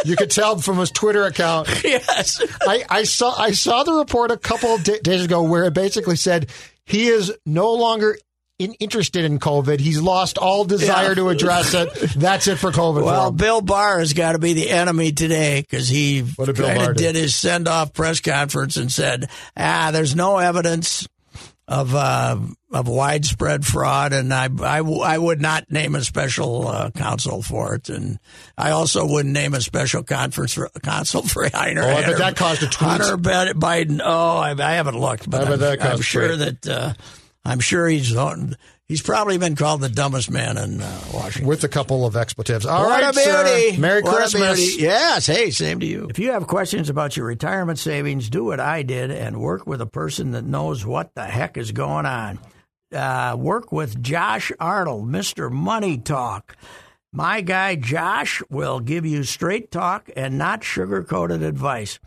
[SPEAKER 4] you could tell from his Twitter account.
[SPEAKER 3] Yes.
[SPEAKER 4] I, I saw I saw the report a couple of da- days ago where it basically said he is no longer in, interested in COVID. He's lost all desire
[SPEAKER 3] Yeah.
[SPEAKER 4] to address it. That's it for COVID.
[SPEAKER 3] Well,
[SPEAKER 4] for him.
[SPEAKER 3] Bill Barr has got to be the enemy today because he
[SPEAKER 4] What did Bill
[SPEAKER 3] kinda
[SPEAKER 4] Barr do?
[SPEAKER 3] did his send off press conference and said, "Ah, there's no evidence of uh, of widespread fraud, and I, I w- I would not name a special uh, counsel for it, and I also wouldn't name a special conference for, counsel for Hunter.
[SPEAKER 4] Oh, I bet that caused a tweet.
[SPEAKER 3] Hunter Bid- Biden. Oh, I, I haven't looked,
[SPEAKER 4] I
[SPEAKER 3] but
[SPEAKER 4] bet
[SPEAKER 3] I'm,
[SPEAKER 4] that caused
[SPEAKER 3] I'm
[SPEAKER 4] a
[SPEAKER 3] sure
[SPEAKER 4] tweet.
[SPEAKER 3] that uh, I'm sure he's on. He's probably been called the dumbest man in uh, Washington.
[SPEAKER 4] with a couple of expletives. All
[SPEAKER 3] What
[SPEAKER 4] right,
[SPEAKER 3] a beauty.
[SPEAKER 4] sir. Merry
[SPEAKER 3] What a
[SPEAKER 4] Christmas.
[SPEAKER 3] beauty. Yes. Hey, same to you. If you have questions about your retirement savings, do what I did and work with a person that knows what the heck is going on. Uh, work with Josh Arnold, Mr. Money Talk. My guy Josh will give you straight talk and not sugar coated advice.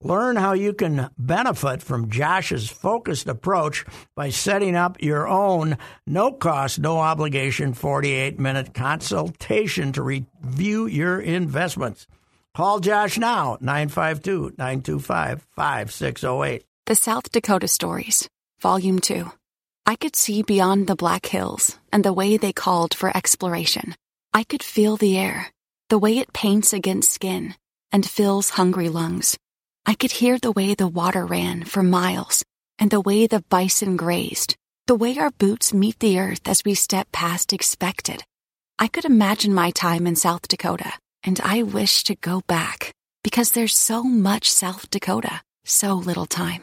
[SPEAKER 3] Learn how you can benefit from Josh's focused approach by setting up your own no cost, no obligation 48 minute consultation to review your investments. Call Josh now, 952 925 5608.
[SPEAKER 6] The South Dakota Stories, Volume 2. I could see beyond the Black Hills and the way they called for exploration. I could feel the air, the way it paints against skin and fills hungry lungs. I could hear the way the water ran for miles and the way the bison grazed, the way our boots meet the earth as we step past expected. I could imagine my time in South Dakota, and I wish to go back because there's so much South Dakota, so little time.